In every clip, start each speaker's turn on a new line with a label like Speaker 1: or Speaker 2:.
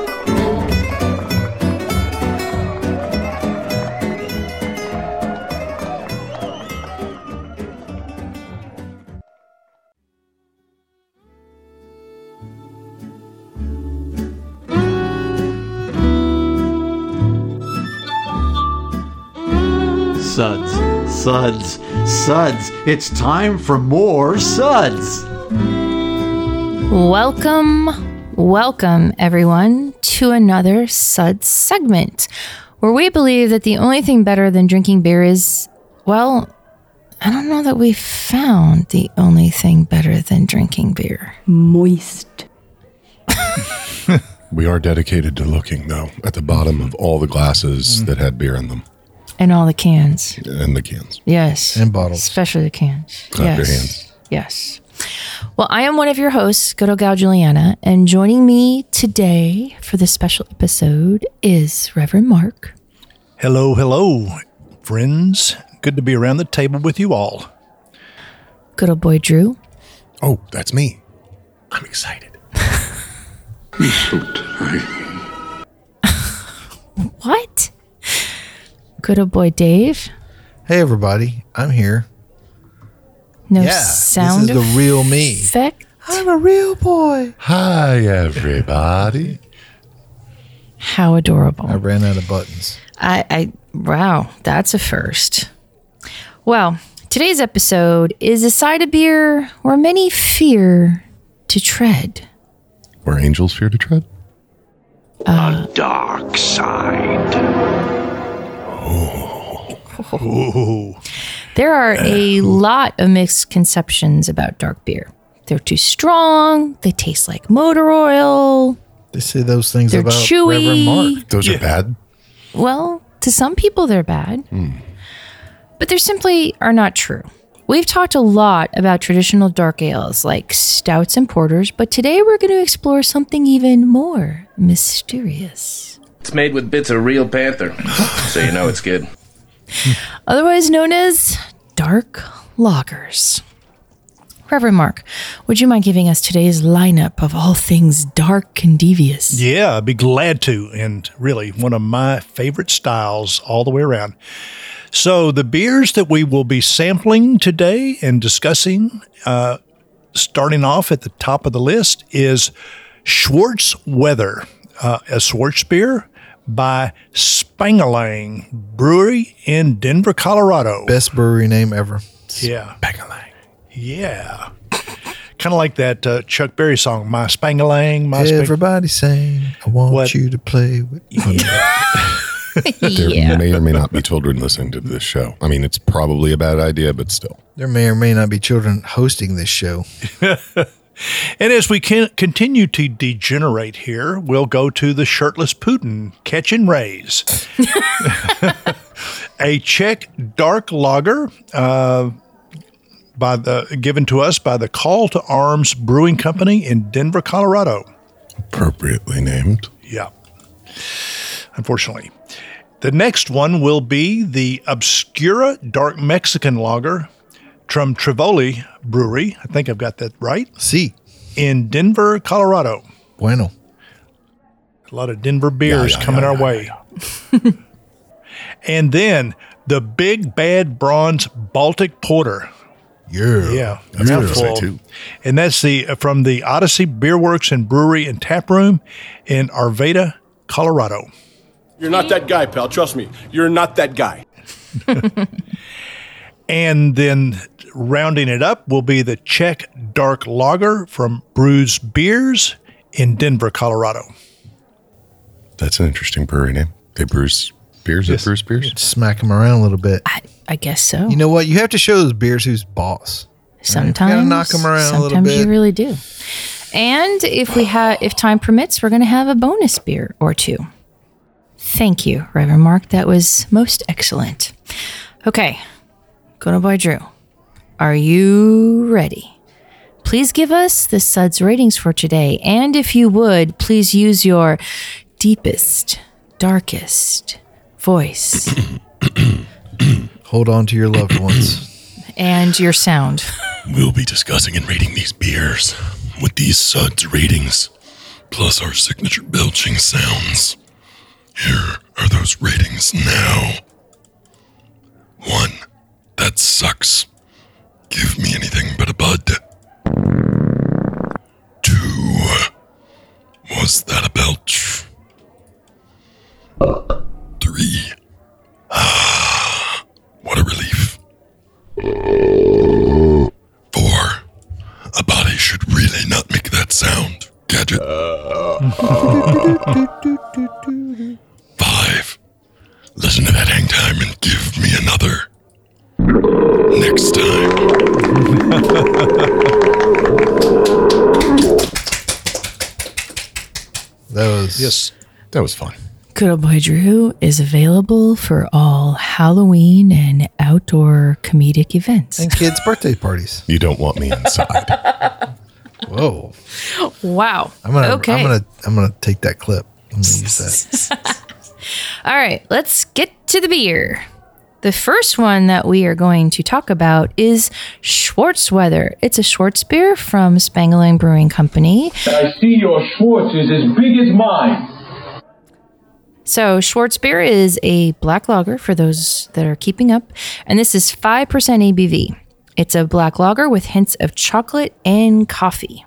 Speaker 1: Suds, suds, suds. It's time for more suds.
Speaker 2: Welcome, welcome everyone to another Suds segment where we believe that the only thing better than drinking beer is, well, I don't know that we found the only thing better than drinking beer.
Speaker 3: Moist.
Speaker 4: We are dedicated to looking, though, at the bottom of all the glasses that had beer in them
Speaker 2: And all the cans.
Speaker 4: and the cans.
Speaker 2: Yes.
Speaker 5: And bottles.
Speaker 2: Especially the cans.
Speaker 4: Clap
Speaker 2: yes.
Speaker 4: your hands.
Speaker 2: Yes. Well, I am one of your hosts, Good Old Gal Juliana, and joining me today for this special episode is Reverend Mark.
Speaker 6: Hello, hello, friends. Good to be around the table with you all.
Speaker 2: Good old boy Drew.
Speaker 4: Oh, that's me. I'm excited.
Speaker 2: What? Good old boy Dave.
Speaker 5: Hey, everybody. I'm here.
Speaker 2: No
Speaker 5: Yeah, this is
Speaker 2: sound.
Speaker 5: the real me.
Speaker 2: effect.
Speaker 5: I'm a real boy.
Speaker 4: Hi, everybody.
Speaker 2: How
Speaker 5: I
Speaker 2: adorable.
Speaker 5: ran out of buttons.
Speaker 2: I, I wow, that's a first. Well, today's episode is a side of beer where many fear to tread.
Speaker 4: Were angels fear to tread?
Speaker 7: dark side.
Speaker 2: There are a lot of misconceptions about dark beer. They're too strong. They taste like motor oil.
Speaker 5: They say those things
Speaker 2: They're
Speaker 5: about Reverend
Speaker 2: chewy.
Speaker 5: Mark.
Speaker 4: Those are bad.
Speaker 2: Well, to some people, they're bad, but they simply are not true. We've talked a lot about traditional dark ales like stouts and porters, but today we're going to explore something even more mysterious.
Speaker 8: It's made with bits of real panther, so you know it's good.
Speaker 2: otherwise known as dark loggers. Reverend Mark, would you mind giving us today's lineup of all things dark and devious?
Speaker 6: Yeah, I'd be glad to. And really, one of my favorite styles all the way around. So, the beers that we will be sampling today and discussing, uh, starting off at the top of the list, is Schwartz Weather, uh, a Schwartz beer by Spangalang Brewery in Denver, Colorado.
Speaker 5: Best brewery name ever.
Speaker 6: Yeah. Spangalang. Yeah. kind of like that uh, Chuck Berry song, My Spangalang, My Spangalang.
Speaker 5: Everybody saying, I want
Speaker 6: What?
Speaker 5: you to play with me.
Speaker 4: There may or may not be children listening to this show. I mean, it's probably a bad idea, but still.
Speaker 5: There may or may not be children hosting this show.
Speaker 6: And as we can continue to degenerate here, we'll go to the shirtless Putin catching rays. a Czech dark lager uh, by the given to us by the Call to Arms Brewing Company in Denver, Colorado.
Speaker 4: Appropriately named.
Speaker 6: Yeah. unfortunately. The next one will be the Obscura Dark Mexican Lager from Trivoli Brewery. I think I've got that right.
Speaker 5: See,
Speaker 6: In Denver, Colorado.
Speaker 5: bueno.
Speaker 6: A lot of Denver beers
Speaker 9: yeah,
Speaker 6: coming
Speaker 9: yeah,
Speaker 6: our
Speaker 9: yeah,
Speaker 6: way. and then the Big Bad Bronze Baltic Porter.
Speaker 5: Yeah.
Speaker 6: Yeah,
Speaker 9: That's what I was gonna
Speaker 6: mouthful.
Speaker 9: say, too.
Speaker 6: And that's the uh, from the Odyssey Beer Works and Brewery and Tap Room in Arvada, Colorado.
Speaker 10: You're not that guy, pal. Trust me. You're not that guy.
Speaker 6: And then rounding it up will be the Czech Dark Lager from Brews Beers in Denver, Colorado.
Speaker 9: That's an interesting brewery name. They brew s- beers at Bruce Beers.
Speaker 5: Smack them around a little bit.
Speaker 2: I, I guess so.
Speaker 5: You know what? You have to show those beers who's boss.
Speaker 2: sometimes
Speaker 5: gotta knock 'em around a little
Speaker 2: sometimes
Speaker 5: bit.
Speaker 2: you really do. And if we have, if time permits, we're going to have a bonus beer or two. Thank you, Reverend Mark. That was most excellent. Okay, go to boy Drew. Are you ready? Please give us the suds ratings for today, and if you would, please use your deepest, darkest voice
Speaker 5: Hold on to your loved ones.
Speaker 2: and your sound.
Speaker 9: We'll be discussing and rating these beers with these suds ratings, plus our signature belching sounds. Here are those ratings now. One, that sucks. Give me anything but a bud. Two, was that a belch? Three, ah, what a relief. Four. A body should really not make that sound. Gadget. Five. Listen to that hang time and give me another. Next time.
Speaker 5: That was
Speaker 9: That was fun.
Speaker 2: Good old boy Drew is available for all Halloween and outdoor comedic events.
Speaker 5: and kids' birthday parties.
Speaker 9: You don't want me inside.
Speaker 5: Whoa.
Speaker 2: Wow.
Speaker 5: I'm gonna
Speaker 2: okay.
Speaker 5: I'm gonna I'm gonna take that clip. I'm gonna use that.
Speaker 2: All right, let's get to the beer. The first one that we are going to talk about is Schwarzweather. It's a Schwartz beer from Spangling Brewing Company.
Speaker 11: I see your Schwartz is as big as mine.
Speaker 2: So, Schwartz beer is a black lager for those that are keeping up, and this is 5% ABV. It's a black lager with hints of chocolate and coffee.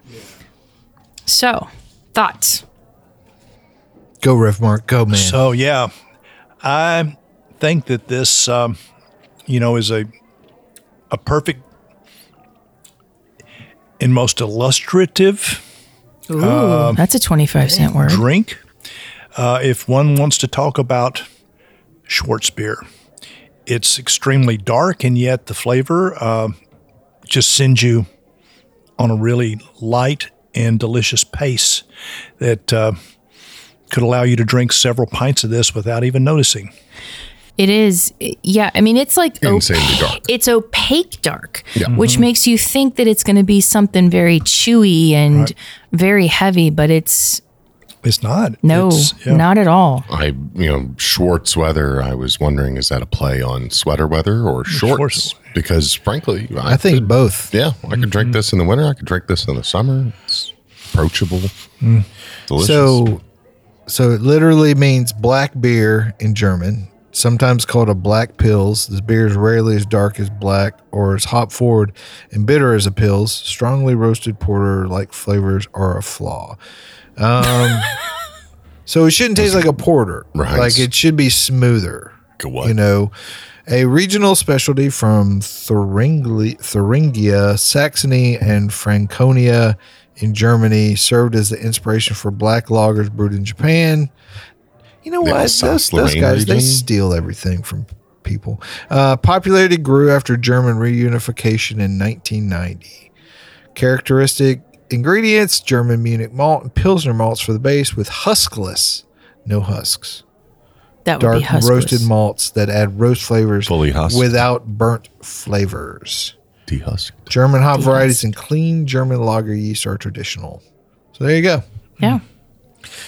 Speaker 2: So, thoughts?
Speaker 5: Go, Rev Mark. Go, man.
Speaker 6: So yeah, I think that this, um, you know, is a a perfect and most illustrative
Speaker 2: Ooh, that's a 25 cent word.
Speaker 6: drink. Uh, if one wants to talk about Schwartz beer, it's extremely dark, and yet the flavor uh, just sends you on a really light and delicious pace that uh, could allow you to drink several pints of this without even noticing.
Speaker 2: It is. Yeah. I mean, it's like
Speaker 9: Insanely dark.
Speaker 2: It's opaque dark, which makes you think that it's going to be something very chewy and very heavy, but it's
Speaker 6: It's not.
Speaker 2: no,
Speaker 6: It's- yeah.
Speaker 2: not at all.
Speaker 9: I, you know, Schwartz weather. I was wondering, is that a play on sweater weather or shorts?
Speaker 6: Schwartz.
Speaker 9: Because frankly,
Speaker 5: I think both.
Speaker 9: Yeah, I could drink this in the winter. I could drink this in the summer. It's approachable, Mm. delicious.
Speaker 5: So, so it literally means black beer in German, sometimes called a black pills. This beer is rarely as dark as black or as hop forward and bitter as a pills. Strongly roasted porter like flavors are a flaw. Um, so it shouldn't taste like a porter.
Speaker 9: Right.
Speaker 5: Like it should be smoother.
Speaker 9: Go what?
Speaker 5: You know, a regional specialty from Thuringia, Thuringia, Saxony, and Franconia in Germany served as the inspiration for black lagers brewed in Japan. You know
Speaker 9: The
Speaker 5: what? Those,
Speaker 9: Alsace
Speaker 5: those
Speaker 9: Lorraine
Speaker 5: guys, they
Speaker 9: region?
Speaker 5: steal everything from people. Uh, popularity grew after German reunification in 1990. Characteristic ingredients German Munich malt and Pilsner malts for the base with huskless, no husks
Speaker 2: That would
Speaker 5: dark
Speaker 2: be huskless.
Speaker 5: roasted malts that add roast flavors
Speaker 9: Fully husked.
Speaker 5: without burnt flavors.
Speaker 9: dehusked.
Speaker 5: German hop varieties and clean German lager yeast are traditional. So there you go.
Speaker 2: Yeah.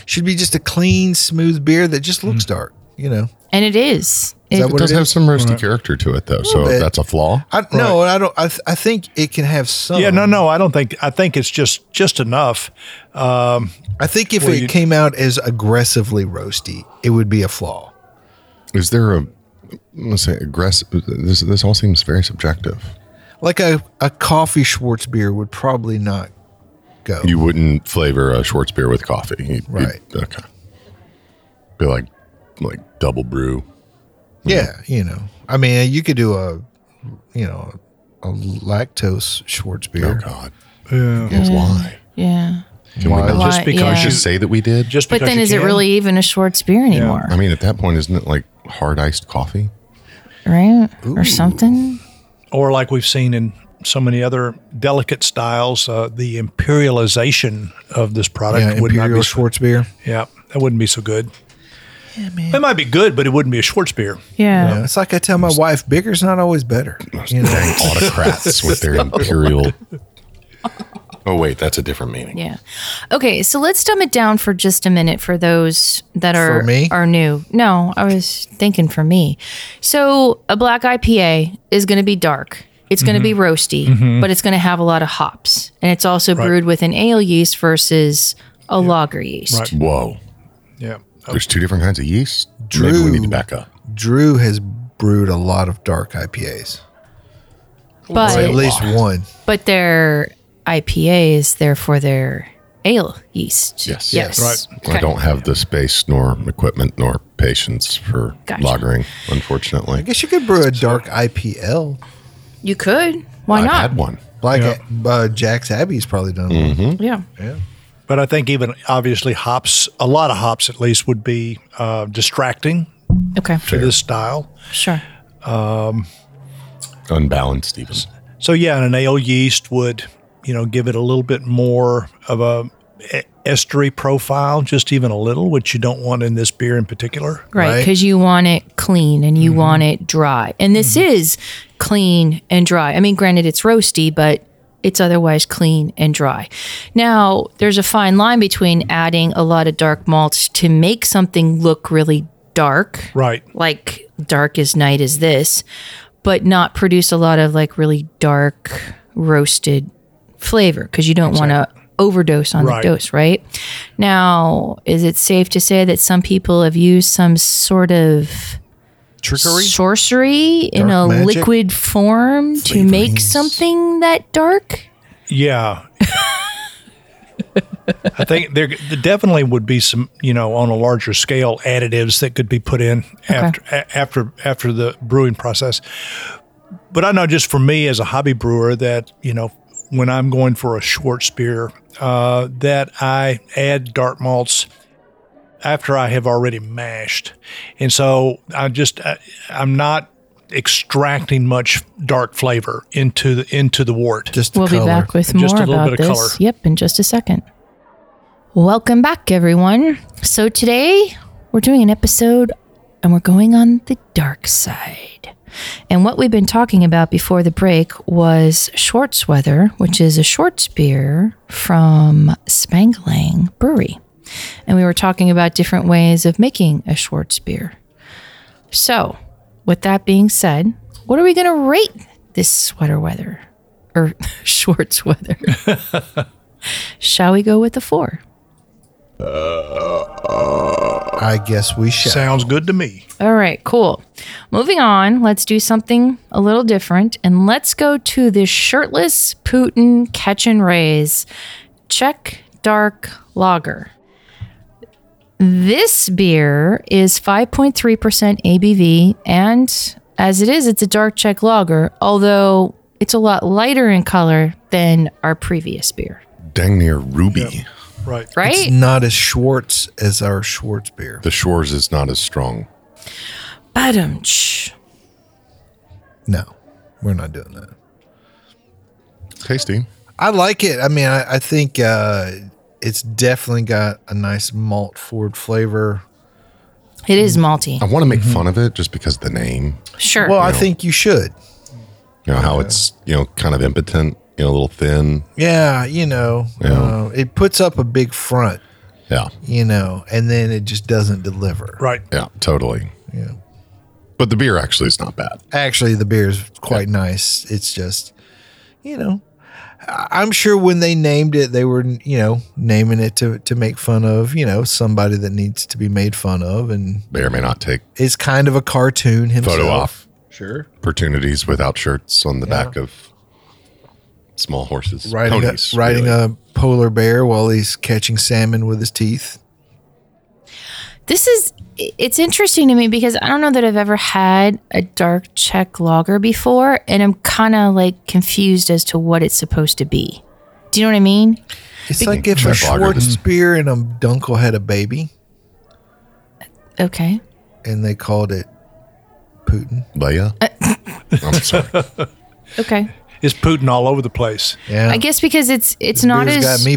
Speaker 5: Should be just a clean, smooth beer that just looks dark. You know,
Speaker 2: And it is. It-
Speaker 5: that
Speaker 9: It
Speaker 5: what
Speaker 9: does
Speaker 5: it
Speaker 9: have
Speaker 5: is?
Speaker 9: some roasty character to it, though, so
Speaker 5: bit.
Speaker 9: that's a flaw.
Speaker 5: I, No, I don't. I, th- I think it can have some.
Speaker 6: Yeah, no, no, I don't think. I think it's just just enough. Um,
Speaker 5: I think if
Speaker 6: Well,
Speaker 5: it
Speaker 6: you-
Speaker 5: came out as aggressively roasty, it would be a flaw.
Speaker 9: Is there a let's say aggressive? This this all seems very subjective.
Speaker 5: Like a, a coffee Schwartz beer would probably not go.
Speaker 9: You wouldn't flavor a Schwartz beer with coffee, You- you'd-
Speaker 5: Right.
Speaker 9: okay. Be like like double brew.
Speaker 5: yeah, you know. I mean, you could do a, you know, a lactose Schwartz
Speaker 9: Oh
Speaker 5: beer.
Speaker 9: God,
Speaker 6: yeah.
Speaker 9: Yes, why?
Speaker 2: yeah.
Speaker 9: Can we not
Speaker 2: Why-
Speaker 9: just,
Speaker 6: because
Speaker 2: yeah.
Speaker 9: just say that we did?
Speaker 6: Just
Speaker 2: But
Speaker 6: because
Speaker 2: then
Speaker 6: you
Speaker 2: is it
Speaker 6: can.
Speaker 2: really even a Schwartz beer anymore?
Speaker 9: I mean, at that point, isn't it like hard iced coffee?
Speaker 2: Right? Or something?
Speaker 6: or like we've seen in so many other delicate styles, uh, the imperialization of this product
Speaker 5: Yeah,
Speaker 6: would not
Speaker 5: Imperial
Speaker 6: be.
Speaker 5: Schwartz beer.
Speaker 6: yeah, that wouldn't be so good. It might be good, but it wouldn't be a Schwartz beer.
Speaker 2: Yeah.
Speaker 5: Yeah, it's like I tell my wife, bigger's not always better. You know,
Speaker 9: Dang autocrats with their imperial. Oh wait, that's a different meaning.
Speaker 2: Yeah. Okay, so let's dumb it down for just a minute for those that are
Speaker 5: me?
Speaker 2: are new. No, I was thinking for me. So a black IPA is going to be dark. It's going to be roasty, but it's going to have a lot of hops, and it's also brewed with an ale yeast versus a lager yeast.
Speaker 6: Right.
Speaker 9: Whoa,
Speaker 6: Yeah.
Speaker 9: there's two different kinds of yeast. Maybe
Speaker 5: Drew.
Speaker 9: we need to back up.
Speaker 5: Drew has brewed a lot of dark IPAs,
Speaker 2: But
Speaker 5: or at least one.
Speaker 2: but their IPA is therefore their ale yeast.
Speaker 9: Yes.
Speaker 2: Yes.
Speaker 6: Right.
Speaker 9: I don't have the space, nor equipment, nor patience for
Speaker 2: Gotcha.
Speaker 9: lagering. Unfortunately,
Speaker 5: I guess you could brew a dark IPL.
Speaker 2: You could. Why
Speaker 9: I've
Speaker 2: not?
Speaker 9: had one.
Speaker 5: Like uh, Jack's Abbey's probably done
Speaker 6: Mm.
Speaker 5: one.
Speaker 2: Yeah.
Speaker 6: But I think even obviously hops, a lot of hops at least, would be uh, distracting
Speaker 2: Okay.
Speaker 6: to this style.
Speaker 2: Sure.
Speaker 9: Unbalanced, even.
Speaker 6: So yeah, and an ale yeast would, you know, give it a little bit more of a e- estery profile, just even a little, which you don't want in this beer in particular.
Speaker 2: Right,
Speaker 5: right?
Speaker 2: because you want it clean and you want it dry. And this is clean and dry. I mean, granted, it's roasty, but it's otherwise clean and dry. Now, there's a fine line between adding a lot of dark malts to make something look really dark,
Speaker 6: Right.
Speaker 2: like dark as night as this, but not produce a lot of like really dark roasted flavor because you don't want to overdose on
Speaker 6: Right.
Speaker 2: the dose, right? Now, is it safe to say that some people have used some sort of
Speaker 5: Trickery?
Speaker 2: sorcery in
Speaker 5: Dark
Speaker 2: a
Speaker 5: magic?
Speaker 2: liquid form to make something that dark?
Speaker 6: Yeah. I think there, there definitely would be some, you know, on a larger scale, additives that could be put in after a, after after the brewing process. But I know just for me as a hobby brewer that you know when I'm going for a Schwartz beer, uh, that I add dark malts after I have already mashed, and so I just I, I'm not extracting much dark flavor into the into the wort.
Speaker 5: Just the
Speaker 2: We'll
Speaker 5: color.
Speaker 2: be back with
Speaker 6: Just a
Speaker 2: more
Speaker 6: little
Speaker 2: about
Speaker 6: bit
Speaker 2: this.
Speaker 6: of color.
Speaker 2: Yep, in just a second. Welcome back, everyone. So today we're doing an episode and we're going on the dark side. And what we've been talking about before the break was Schwarzweather, which is a Schwartz beer from Spangling Brewery. And we were talking about different ways of making a Schwartz beer. So, with that being said, what are we going to rate this sweater weather? or Schwartz weather. Shall we go with the four?
Speaker 5: I guess we shall.
Speaker 6: Sounds good to me.
Speaker 2: All right, cool. Moving on, let's do something a little different and let's go to the shirtless Putin catch and raise Czech dark lager. This beer is 5.3% ABV and as it is, it's a dark Czech lager, although it's a lot lighter in color than our previous beer,
Speaker 9: Dang near ruby.
Speaker 6: Right.
Speaker 2: right?
Speaker 5: It's not as Schwartz as our Schwartz beer.
Speaker 9: The shores is not as strong.
Speaker 2: Badumch.
Speaker 5: No, we're not doing that.
Speaker 9: Tasty.
Speaker 5: I like it. I mean, I, I think uh, it's definitely got a nice malt forward flavor.
Speaker 2: It is malty.
Speaker 9: I want to make
Speaker 5: Mm-hmm.
Speaker 9: fun of it just because of the name.
Speaker 2: Sure.
Speaker 5: Well, I think you should.
Speaker 9: You know how it's you know kind of impotent, you know, a little thin.
Speaker 5: Yeah, you know, uh, it puts up a big front.
Speaker 9: Yeah.
Speaker 5: you know, and then it just doesn't deliver.
Speaker 6: Right.
Speaker 9: Yeah. Totally.
Speaker 5: Yeah.
Speaker 9: But the beer actually is not bad.
Speaker 5: Actually, the beer is quite nice. It's just, you know, I- I'm sure when they named it, they were, you know, naming it to, to make fun of, you know, somebody that needs to be made fun of. And
Speaker 9: May or may not take
Speaker 5: it's kind of a cartoon himself.
Speaker 9: photo off
Speaker 5: Sure.
Speaker 9: opportunities without shirts on the back of small horses.
Speaker 5: Riding,
Speaker 9: ponies,
Speaker 5: a, riding
Speaker 9: really.
Speaker 5: a polar bear while he's catching salmon with his teeth.
Speaker 2: This is it's interesting to me because I don't know that I've ever had a dark check lager before and I'm kind of like confused as to what it's supposed to be. Do you know what I mean?
Speaker 5: It's like if a
Speaker 9: Trev Lager
Speaker 2: Mm-hmm.
Speaker 9: just-
Speaker 5: Schwarzbier and a Dunkel had a baby
Speaker 2: Okay.
Speaker 5: and they called it Putin.
Speaker 9: Leia. I'm sorry.
Speaker 2: Okay.
Speaker 6: It's Putin all over the place.
Speaker 5: Yeah.
Speaker 2: I guess because it's it's
Speaker 5: This
Speaker 2: not
Speaker 5: beer's
Speaker 2: as
Speaker 5: got me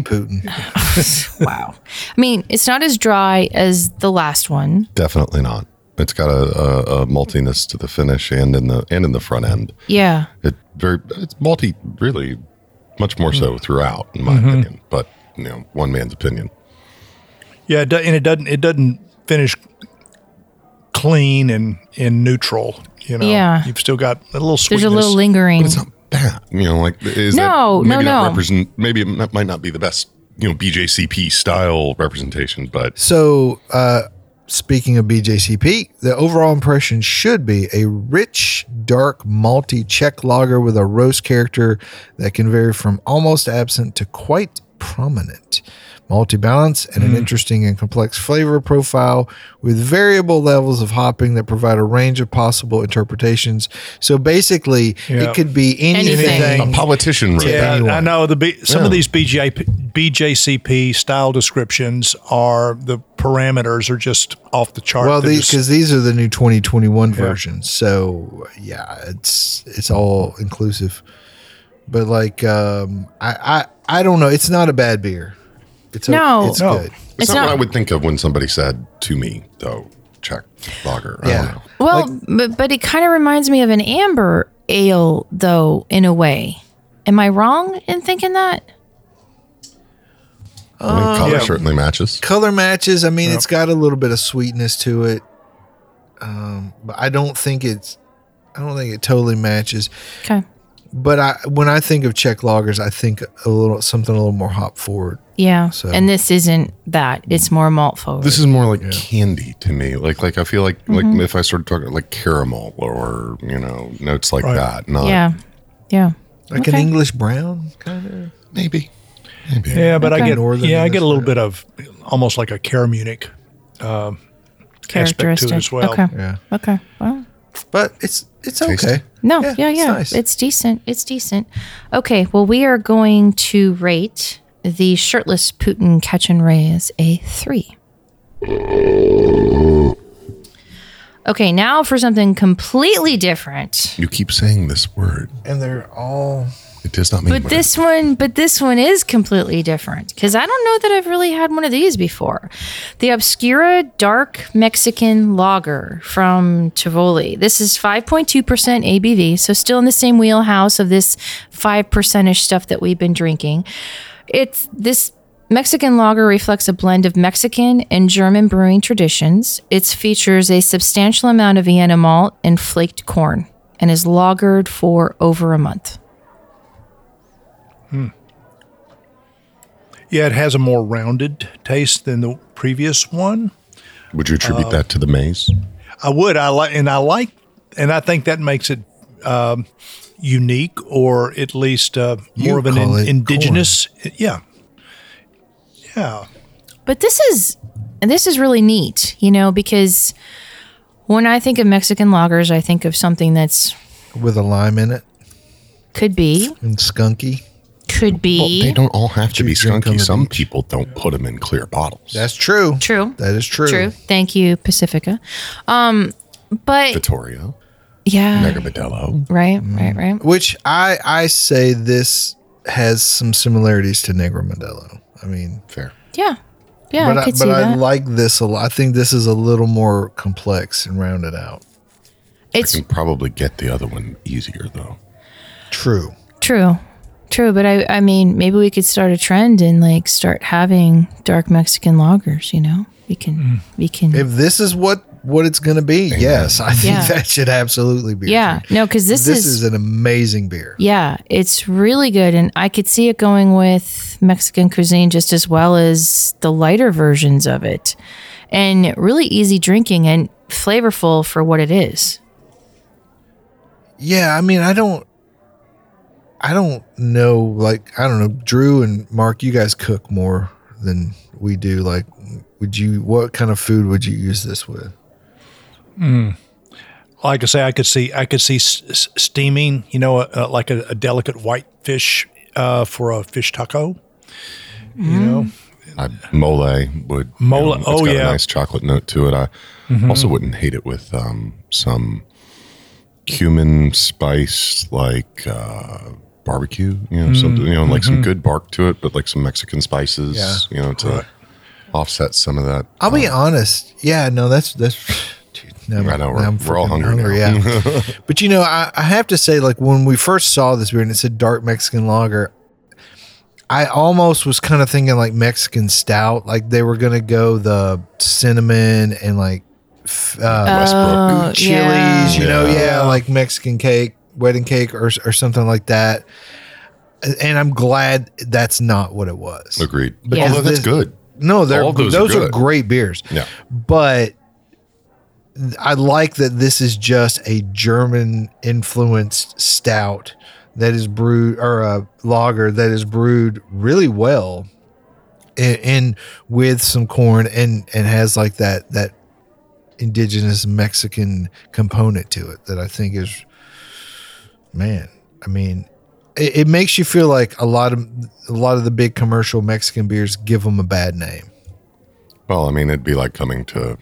Speaker 5: Putin.
Speaker 2: wow. I mean, it's not as dry as the last one.
Speaker 9: Definitely not. It's got a, a, a maltiness to the finish and in the and in the front end.
Speaker 2: Yeah.
Speaker 9: It very it's malty really much more so throughout in my
Speaker 2: Mm-hmm.
Speaker 9: opinion. But you know, one man's opinion.
Speaker 6: Yeah, it do- and it doesn't it doesn't finish clean and in neutral. You know,
Speaker 2: Yeah.
Speaker 6: you've still got a little sweetness.
Speaker 2: There's a little lingering.
Speaker 9: But it's not bad. You know, like is
Speaker 2: No,
Speaker 9: that,
Speaker 2: no,
Speaker 9: maybe that
Speaker 2: no.
Speaker 9: Represent, maybe it m- might not be the best you know BJCP style representation, but
Speaker 5: So, uh, speaking of BJCP, the overall impression should be a rich, dark, malty Czech lager with a roast character that can vary from almost absent to quite prominent. Multi balance and
Speaker 9: Hmm.
Speaker 5: an interesting and complex flavor profile with variable levels of hopping that provide a range of possible interpretations. So basically,
Speaker 6: Yeah.
Speaker 5: it could be anything.
Speaker 2: Anything.
Speaker 9: a politician wrote
Speaker 6: Yeah,
Speaker 9: that.
Speaker 6: I know the B, some
Speaker 9: Yeah.
Speaker 6: of these BJ, BJCP style descriptions are the parameters are just off the chart.
Speaker 5: Well,
Speaker 6: They're
Speaker 5: these
Speaker 6: just-
Speaker 5: because these are the new 2021 versions, so yeah, it's it's all inclusive. But like, um, I, I I don't know. It's not a bad beer. It's a,
Speaker 2: No.
Speaker 5: it's
Speaker 6: No.
Speaker 5: good.
Speaker 9: It's,
Speaker 2: It's
Speaker 9: not,
Speaker 2: not-
Speaker 9: what I would think of when somebody said to me, though, check lager. I
Speaker 5: Yeah.
Speaker 9: don't know.
Speaker 2: Well, but, but it kind of reminds me of an amber ale, though, in a way. Am I wrong in thinking that?
Speaker 9: I mean, color
Speaker 6: yeah.
Speaker 9: certainly matches.
Speaker 5: Color matches. I mean, it's got a little bit of sweetness to it, um, but I don't think it's. I don't think it totally matches.
Speaker 2: Okay.
Speaker 5: But I when I think of Czech lagers, I think a little something a little more hop forward.
Speaker 2: Yeah.
Speaker 5: So-
Speaker 2: And this isn't that. It's more malt forward.
Speaker 9: This is more like candy to me. Like, like I feel like
Speaker 2: Mm-hmm.
Speaker 9: like if I started talking like caramel or you know notes like
Speaker 6: Right.
Speaker 9: that. Not
Speaker 2: yeah. Yeah.
Speaker 5: Like an
Speaker 2: Okay.
Speaker 5: English brown kind of.
Speaker 9: maybe. Maybe.
Speaker 6: yeah, but I get
Speaker 5: Northern
Speaker 6: yeah, I
Speaker 5: in
Speaker 6: get a
Speaker 5: this
Speaker 6: little bit of almost like a Care Munich um, aspect to
Speaker 2: Characteristic.
Speaker 6: it as well.
Speaker 2: Okay.
Speaker 5: Yeah.
Speaker 2: Okay. Well.
Speaker 5: But it's it's
Speaker 9: Tasty.
Speaker 5: okay.
Speaker 2: No,
Speaker 5: Yeah,
Speaker 2: yeah, yeah.
Speaker 5: it's
Speaker 2: It's,
Speaker 5: nice.
Speaker 2: decent. It's decent. Okay, well, we are going to rate the shirtless Putin catch and raise a three. Okay, now for something completely different.
Speaker 9: You keep saying this word.
Speaker 5: and they're all
Speaker 9: It does not mean.
Speaker 2: But
Speaker 9: what it-
Speaker 2: this one, but this one is completely different because I don't know that I've really had one of these before. The Obscura Dark Mexican Lager from Tivoli. This is 5.2% ABV, so still in the same wheelhouse of this 5%ish stuff that we've been drinking. It's this Mexican lager reflects a blend of Mexican and German brewing traditions. It features a substantial amount of Vienna malt and flaked corn and is lagered for over a month.
Speaker 6: Yeah, it has a more rounded taste than the previous one.
Speaker 9: would you attribute
Speaker 5: Uh,
Speaker 9: that to the maze?
Speaker 6: I would. I like, and I like, and I think that makes it um, unique, or at least uh,
Speaker 5: You
Speaker 6: more of an
Speaker 5: call
Speaker 6: in,
Speaker 5: it
Speaker 6: indigenous. Yeah, yeah.
Speaker 2: But this is and this is really neat, you know, because when I think of Mexican lagers, I think of something that's
Speaker 5: with a lime in it
Speaker 2: could be,
Speaker 5: and skunky.
Speaker 2: could
Speaker 9: Well, they
Speaker 2: be
Speaker 9: don't all have to be
Speaker 5: drink on
Speaker 9: skunky.
Speaker 5: the
Speaker 9: Some
Speaker 5: beach.
Speaker 9: people don't put them in clear bottles.
Speaker 5: That's true.
Speaker 2: true.
Speaker 5: That is true.
Speaker 2: True. Thank you, Pacifica. Um, but
Speaker 9: Vittorio,
Speaker 2: yeah,
Speaker 9: Megamodello.
Speaker 2: right,
Speaker 5: Mm.
Speaker 2: right, right.
Speaker 5: Which I I say this has some similarities to Negro Modelo. I mean,
Speaker 9: Fair.
Speaker 2: Yeah, yeah.
Speaker 5: but
Speaker 2: I
Speaker 5: I,
Speaker 2: could
Speaker 5: but
Speaker 2: see
Speaker 5: I
Speaker 2: that.
Speaker 5: like this a lot. I think this is a little more complex and rounded out.
Speaker 9: I
Speaker 2: it's
Speaker 9: can probably get the other one easier though.
Speaker 5: True.
Speaker 2: true, True, but I, I mean, maybe we could start a trend and like start having dark Mexican loggers. You know, we can,
Speaker 5: Mm.
Speaker 2: we can.
Speaker 5: If this is what what it's going to be, yes, I think
Speaker 2: Yeah.
Speaker 5: that should absolutely be. a
Speaker 2: yeah,
Speaker 5: drink.
Speaker 2: no, because this, is
Speaker 5: this is an amazing beer.
Speaker 2: Yeah, it's really good. And I could see it going with Mexican cuisine just as well as the lighter versions of it. And really easy drinking and flavorful for what it is.
Speaker 5: Yeah, I mean, I don't, I don't know. Like, I don't know. Drew and Mark, you guys cook more than we do. Like, would you? What kind of food would you use this with?
Speaker 6: Like I say, I could see I could see s- s- steaming. You know, uh, like a, a delicate white fish uh, for a fish taco. You know,
Speaker 9: I, mole would
Speaker 6: Mole-
Speaker 9: it's
Speaker 6: oh,
Speaker 9: got
Speaker 6: yeah. Mm-hmm.
Speaker 9: a nice chocolate note to it. I also wouldn't hate it with um, some cumin spice like uh, barbecue, you know,
Speaker 6: Mm,
Speaker 9: something you know, like
Speaker 6: mm-hmm.
Speaker 9: some good bark to it, but like some Mexican spices,
Speaker 5: Yeah.
Speaker 9: you know, to offset some of that.
Speaker 5: I'll be honest. Yeah, no, that's that's. Dude, now,
Speaker 9: I know,
Speaker 5: now
Speaker 9: we're-
Speaker 5: I'm
Speaker 9: we're all
Speaker 5: freaking
Speaker 9: hungry
Speaker 5: yeah, but you know, I, I have to say, like when we first saw this beer and it said dark Mexican lager, I almost was kind of thinking like Mexican stout, like they were gonna go the cinnamon and like f- uh,
Speaker 9: Westbrook.
Speaker 2: Oh,
Speaker 5: chilies,
Speaker 2: yeah.
Speaker 5: you know,
Speaker 9: Yeah.
Speaker 5: yeah, like Mexican cake, wedding cake, or or something like that. And I'm glad that's not what it was.
Speaker 9: Agreed.
Speaker 2: Yeah.
Speaker 9: Although that's
Speaker 5: This-
Speaker 9: good.
Speaker 5: No, they're
Speaker 9: All
Speaker 5: those,
Speaker 9: those are
Speaker 5: are,
Speaker 9: good.
Speaker 5: great beers.
Speaker 9: Yeah.
Speaker 5: But th- I like that this is just a German influenced stout that is brewed or a lager that is brewed really well and, and with some corn and and has like that that indigenous Mexican component to it that I think is man, I mean it, it makes you feel like a lot of a lot of the big commercial Mexican beers give them a bad name.
Speaker 9: Well, I mean, it'd be like coming to,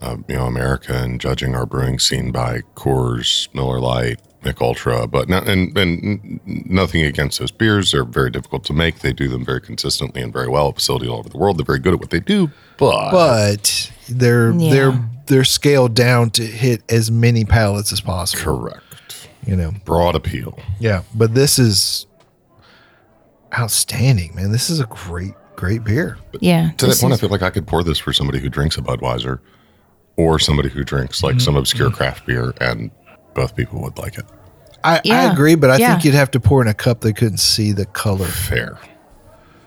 Speaker 9: uh, you know, America and judging our brewing scene by Coors, Miller Lite, Mick Ultra, but no, and and nothing against those beers. They're very difficult to make. They do them very consistently and very well. Facilities all over the world. They're very good at what they do. But,
Speaker 5: but they're
Speaker 2: Yeah.
Speaker 5: they're they're scaled down to hit as many pallets as possible.
Speaker 9: correct,
Speaker 5: You know.
Speaker 9: broad appeal.
Speaker 5: Yeah. But this is outstanding, man. This is a great great beer.
Speaker 2: Yeah.
Speaker 9: To
Speaker 2: this
Speaker 9: that point, I
Speaker 2: is-
Speaker 9: feel like I could pour this for somebody who drinks a Budweiser, or somebody who drinks like
Speaker 2: Mm-hmm.
Speaker 9: some obscure craft beer, and both people would like it.
Speaker 5: I, I
Speaker 2: Yeah.
Speaker 5: agree, but I
Speaker 2: Yeah.
Speaker 5: think you'd have to pour in a cup that couldn't see the color
Speaker 9: Fair.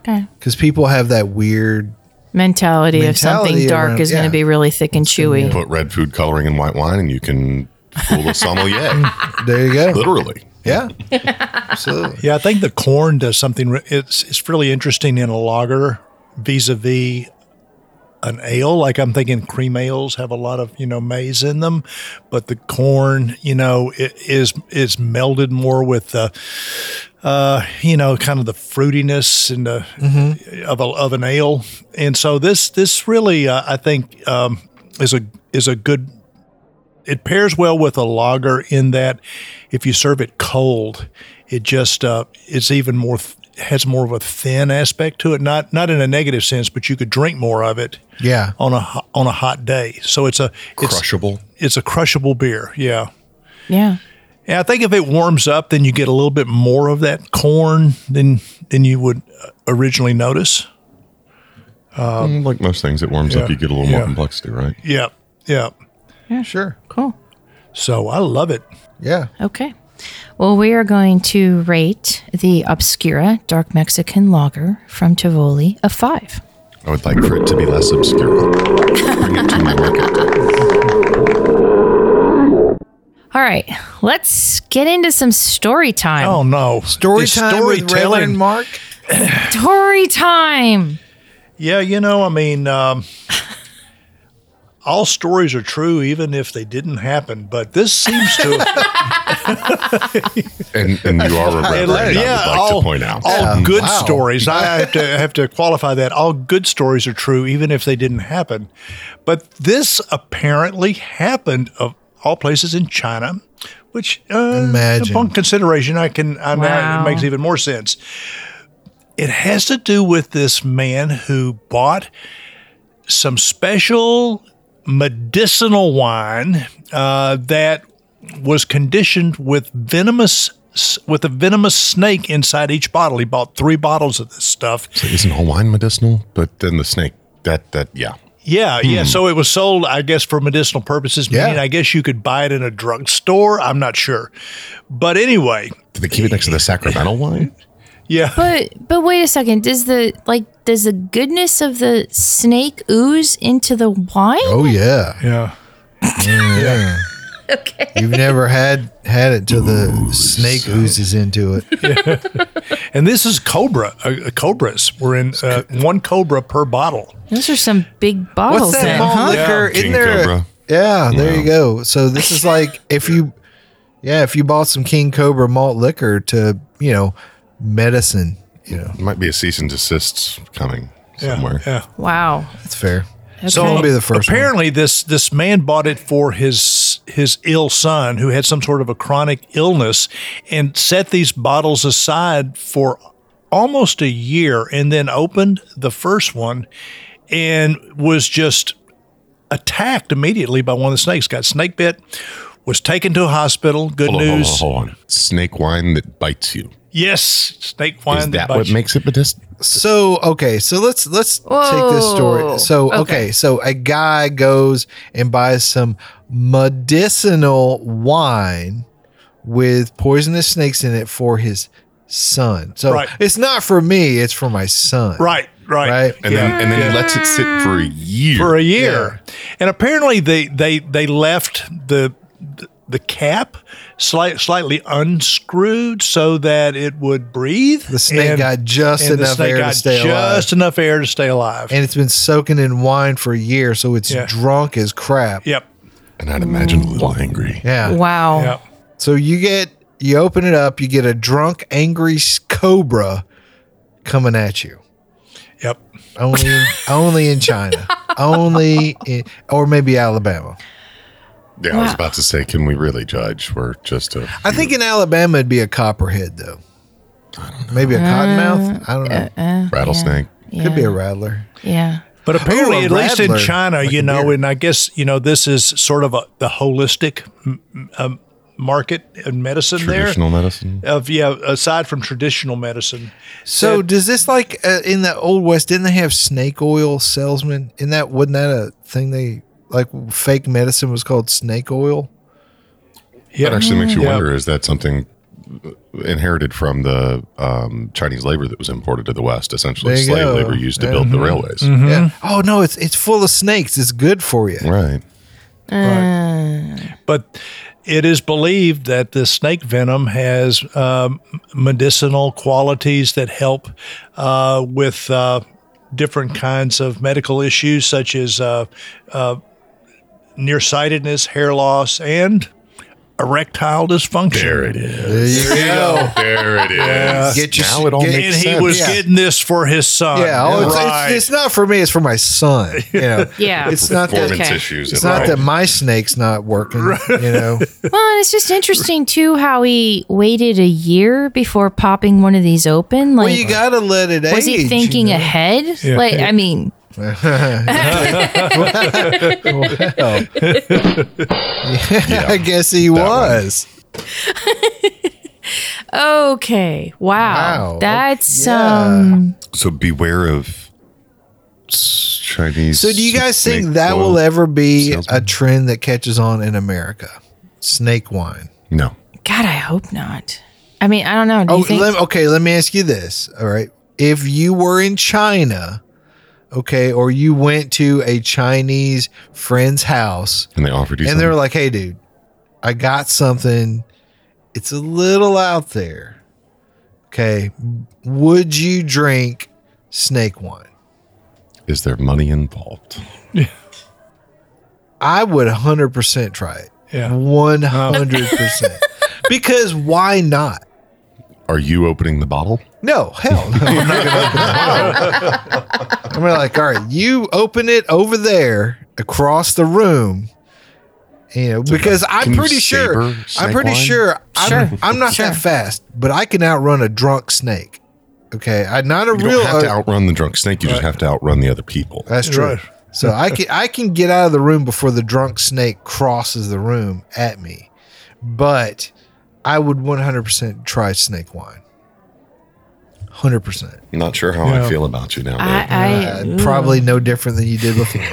Speaker 2: okay.
Speaker 5: because people have that weird.
Speaker 2: mentality, of something
Speaker 5: Mentality
Speaker 2: dark
Speaker 5: around-
Speaker 2: is
Speaker 5: yeah.
Speaker 2: going to be really thick and chewy.
Speaker 9: Put red food coloring in white wine, and you can fool a sommelier.
Speaker 5: There you go.
Speaker 9: Literally.
Speaker 5: Yeah, absolutely.
Speaker 6: Yeah, I think the corn does something. re- It's it's really interesting in a lager vis-a-vis an ale. Like I'm thinking cream ales have a lot of you know maize in them, but the corn you know i- is is melded more with the uh, you know kind of the fruitiness and the of a, of an ale. And so this this really uh, I think um, is a is a good it pairs well with a lager in that if you serve it cold, it just uh, it's even more th- has more of a thin aspect to it. Not not in a negative sense, but you could drink more of it
Speaker 5: Yeah,
Speaker 6: on a ho- on a hot day. So it's a it's
Speaker 9: Crushable.
Speaker 6: it's a crushable beer. Yeah.
Speaker 2: Yeah.
Speaker 6: And I think if it warms up, then you get a little bit more of that corn than than you would uh, originally notice.
Speaker 9: Mm, like most things, it warms up.
Speaker 6: yeah,
Speaker 9: You get a little
Speaker 6: yeah.
Speaker 9: more complexity, right?
Speaker 6: Yeah, yeah.
Speaker 5: sure.
Speaker 2: Cool.
Speaker 6: So I love it.
Speaker 5: Yeah,
Speaker 2: Okay. Well, we are going to rate the Obscura Dark Mexican Lager from Tivoli a five.
Speaker 9: I would like for it to be less obscure. Bring it to my market.
Speaker 2: All right, let's get into some story time.
Speaker 6: Oh no,
Speaker 5: story
Speaker 6: It's
Speaker 5: time with Raylan and Mark.
Speaker 2: Story time.
Speaker 6: Yeah, you know, I mean, um, all stories are true, even if they didn't happen. But this seems to,
Speaker 9: And, and you are a reverend, I would
Speaker 6: yeah,
Speaker 9: like
Speaker 6: all,
Speaker 9: to point out. Um,
Speaker 6: all good
Speaker 5: Wow.
Speaker 6: stories. I have to have to qualify that. All good stories are true, even if they didn't happen. But this apparently happened of all places in China, which uh,
Speaker 5: Imagine.
Speaker 6: upon consideration, I can I, now
Speaker 2: Wow.
Speaker 6: it makes even more sense. It has to do with this man who bought some special medicinal wine uh, that was conditioned with venomous s- with a venomous snake inside each bottle. He bought three bottles of this stuff.
Speaker 9: So isn't all wine medicinal? But then the snake, that, that, yeah.
Speaker 6: Yeah, yeah. So it was sold, I guess, for medicinal purposes.
Speaker 5: Yeah.
Speaker 6: Meaning, I guess you could buy it in a drugstore. I'm not sure, but anyway,
Speaker 9: Did they keep it next to the Sacramento wine?
Speaker 6: yeah.
Speaker 2: But but wait a second. Does the like does the goodness of the snake ooze into the wine?
Speaker 5: Oh yeah.
Speaker 6: Yeah.
Speaker 5: yeah. You've never had had it till the snake oozes into it.
Speaker 6: And this is cobra. Uh, uh, cobras. We're in uh, one cobra per bottle.
Speaker 2: Those are some big bottles. then,
Speaker 5: malt
Speaker 2: huh?
Speaker 5: liquor?
Speaker 9: King
Speaker 5: Isn't there?
Speaker 9: Cobra.
Speaker 5: Yeah, there
Speaker 9: Yeah.
Speaker 5: you go. So this is like if you, yeah, if you bought some King Cobra malt liquor to you know medicine, you know
Speaker 9: There might be a cease and desist coming
Speaker 6: Yeah,
Speaker 9: somewhere.
Speaker 6: Yeah.
Speaker 2: Wow.
Speaker 5: that's fair.
Speaker 6: So
Speaker 5: That'll be the first one.
Speaker 6: apparently this this man bought it for his his ill son who had some sort of a chronic illness and set these bottles aside for almost a year and then opened the first one and was just attacked immediately by one of the snakes got snake bit was taken to a hospital good
Speaker 9: Hold on, hold on,
Speaker 6: news
Speaker 9: hold on. Snake wine that bites you.
Speaker 6: yes snake wine
Speaker 9: Is that
Speaker 6: bites
Speaker 9: what
Speaker 6: you.
Speaker 9: makes it medicinal?
Speaker 5: So okay, so let's let's take this
Speaker 2: Whoa.
Speaker 5: story. So okay.
Speaker 2: Okay.
Speaker 5: so a guy goes and buys some medicinal wine with poisonous snakes in it for his son. So
Speaker 6: Right.
Speaker 5: it's not for me; it's for my son.
Speaker 6: right right
Speaker 5: Right.
Speaker 9: And then and then he lets it sit for a year.
Speaker 6: for a year. And apparently they they they left the the cap slight, slightly unscrewed so that it would breathe.
Speaker 5: The snake got just
Speaker 6: and the
Speaker 5: enough
Speaker 6: snake
Speaker 5: air to
Speaker 6: got
Speaker 5: stay alive.
Speaker 6: Just enough air to stay alive.
Speaker 5: and it's been soaking in wine for a year, so it's
Speaker 6: Yeah.
Speaker 5: drunk as crap.
Speaker 6: yep.
Speaker 9: And I'd imagine a little angry.
Speaker 5: Yeah.
Speaker 2: Wow.
Speaker 6: Yep.
Speaker 5: So you get you open it up, you get a drunk, angry s- cobra coming at you.
Speaker 6: Yep.
Speaker 5: Only only in China. only in or maybe Alabama.
Speaker 9: Yeah, I was about to say, can we really judge? We're just a
Speaker 5: I think in Alabama it'd be a copperhead though. Maybe a cottonmouth. I don't know.
Speaker 9: rattlesnake.
Speaker 2: Yeah.
Speaker 5: Could be a rattler.
Speaker 2: yeah.
Speaker 6: But apparently,
Speaker 5: a
Speaker 6: at least in
Speaker 5: rattler,
Speaker 6: China,
Speaker 5: like
Speaker 6: you
Speaker 5: a
Speaker 6: know,
Speaker 5: deer.
Speaker 6: and I guess you know, this is sort of a, the holistic m- m- um, market in medicine there.
Speaker 9: Traditional medicine.
Speaker 6: Of yeah, aside from traditional medicine,
Speaker 5: So does this like uh, in the old west? Didn't they have snake oil salesmen? In that wasn't that a thing they like fake medicine was called snake oil?
Speaker 6: yeah,
Speaker 9: That actually makes you
Speaker 6: Yeah.
Speaker 9: wonder: is that something inherited from the um, Chinese labor that was imported to the West? Essentially,
Speaker 5: There you
Speaker 9: slave
Speaker 5: go.
Speaker 9: labor used to
Speaker 5: Yeah. Mm-hmm.
Speaker 9: build the railways.
Speaker 6: Mm-hmm.
Speaker 5: Yeah. Oh no, it's it's full of snakes. It's good for you.
Speaker 9: Right.
Speaker 6: But it is believed that the snake venom has um, medicinal qualities that help uh, with uh, different kinds of medical issues, such as uh, uh, nearsightedness, hair loss, and erectile dysfunction.
Speaker 9: There it is.
Speaker 5: There you go.
Speaker 9: There it is.
Speaker 5: Get your
Speaker 9: now it all
Speaker 5: get-
Speaker 9: makes
Speaker 6: And he
Speaker 9: sense.
Speaker 6: was
Speaker 5: Yeah.
Speaker 6: getting this for his son.
Speaker 5: Yeah, oh, it's,
Speaker 6: right.
Speaker 5: it's, it's not for me. It's for my son. You know?
Speaker 2: Yeah.
Speaker 5: it's not that
Speaker 9: Performance
Speaker 2: Okay.
Speaker 9: issues.
Speaker 5: it's
Speaker 9: and
Speaker 5: not
Speaker 9: all.
Speaker 5: that my snake's not working. You know,
Speaker 2: Well, and it's just interesting too how he waited a year before popping one of these open. Like,
Speaker 5: well, you gotta let it
Speaker 2: was
Speaker 5: age.
Speaker 2: he thinking
Speaker 5: you know?
Speaker 2: ahead? Like, I mean,
Speaker 5: I guess he was.
Speaker 2: okay, wow,
Speaker 5: Wow.
Speaker 2: that's
Speaker 5: Yeah.
Speaker 2: um,
Speaker 9: So beware of s- Chinese.
Speaker 5: So, do you guys
Speaker 9: snake
Speaker 5: think that
Speaker 9: oil.
Speaker 5: will ever be a
Speaker 9: salesman.
Speaker 5: trend that catches on in America? Snake wine.
Speaker 9: No.
Speaker 2: God, I hope not. I mean, I don't know. Do
Speaker 5: Oh,
Speaker 2: you think?
Speaker 5: lem- okay. Let me ask you this. All right, if you were in China, okay, or you went to a Chinese friend's house
Speaker 9: And they offered you.
Speaker 5: and they're like, "Hey, dude, I got something. It's a little out there. Okay, would you drink snake wine?"
Speaker 9: is there money involved?
Speaker 5: I would 100% try it.
Speaker 6: Yeah.
Speaker 5: 100%. because why not?
Speaker 9: Are you opening the bottle?
Speaker 5: No, hell no. I'm not going to open the bottle. I'm gonna like, all right, you open it over there across the room. You know, because I'm
Speaker 9: you
Speaker 5: pretty sure,
Speaker 9: savor
Speaker 5: I'm
Speaker 9: snake
Speaker 5: pretty
Speaker 9: wine?
Speaker 5: sure, I'm, I'm not
Speaker 2: Sure.
Speaker 5: that fast, but I can outrun a drunk snake. Okay, I'm not a
Speaker 9: You
Speaker 5: real.
Speaker 9: don't have to
Speaker 5: uh,
Speaker 9: outrun the drunk snake. You just have to outrun the other people.
Speaker 5: That's true.
Speaker 6: Right.
Speaker 5: So I can I can get out of the room before the drunk snake crosses the room at me, but I would 100% try snake wine. 100%.
Speaker 9: I'm not sure how I
Speaker 6: Yeah.
Speaker 9: feel about you now. Dave.
Speaker 2: I,
Speaker 5: Uh, probably no different than you did before.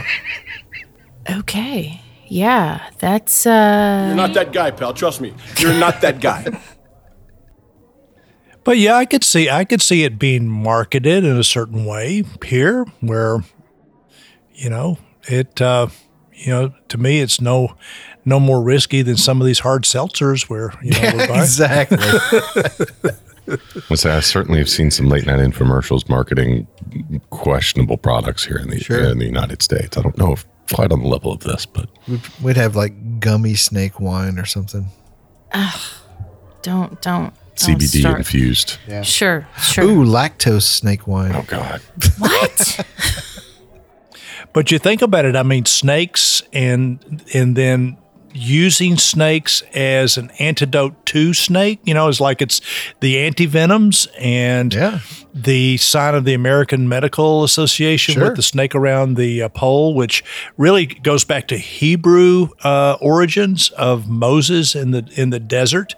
Speaker 2: I okay. Yeah, that's uh
Speaker 3: You're not that guy, pal. Trust me. You're not that guy.
Speaker 6: But yeah, I could see I could see it being marketed in a certain way here, where you know it. Uh, you know, to me, it's no no more risky than some of these hard seltzers where you know we're buying.
Speaker 5: exactly.
Speaker 9: I say I certainly have seen some late night infomercials marketing questionable products here in the
Speaker 5: Sure.
Speaker 9: in the United States. I don't know if quite on the level of this, but
Speaker 5: We'd, we'd have like gummy snake wine or something.
Speaker 2: don't don't, don't
Speaker 9: CBD
Speaker 2: start.
Speaker 9: infused.
Speaker 2: Sure, sure.
Speaker 5: Ooh, lactose snake wine.
Speaker 9: Oh God,
Speaker 2: What?
Speaker 6: But you think about it, I mean, snakes and and then using snakes as an antidote to snake, you know, is like it's the antivenoms and
Speaker 5: Yeah.
Speaker 6: the sign of the American Medical Association
Speaker 5: Sure.
Speaker 6: with the snake around the uh, pole, which really goes back to Hebrew uh, origins of Moses in the in the desert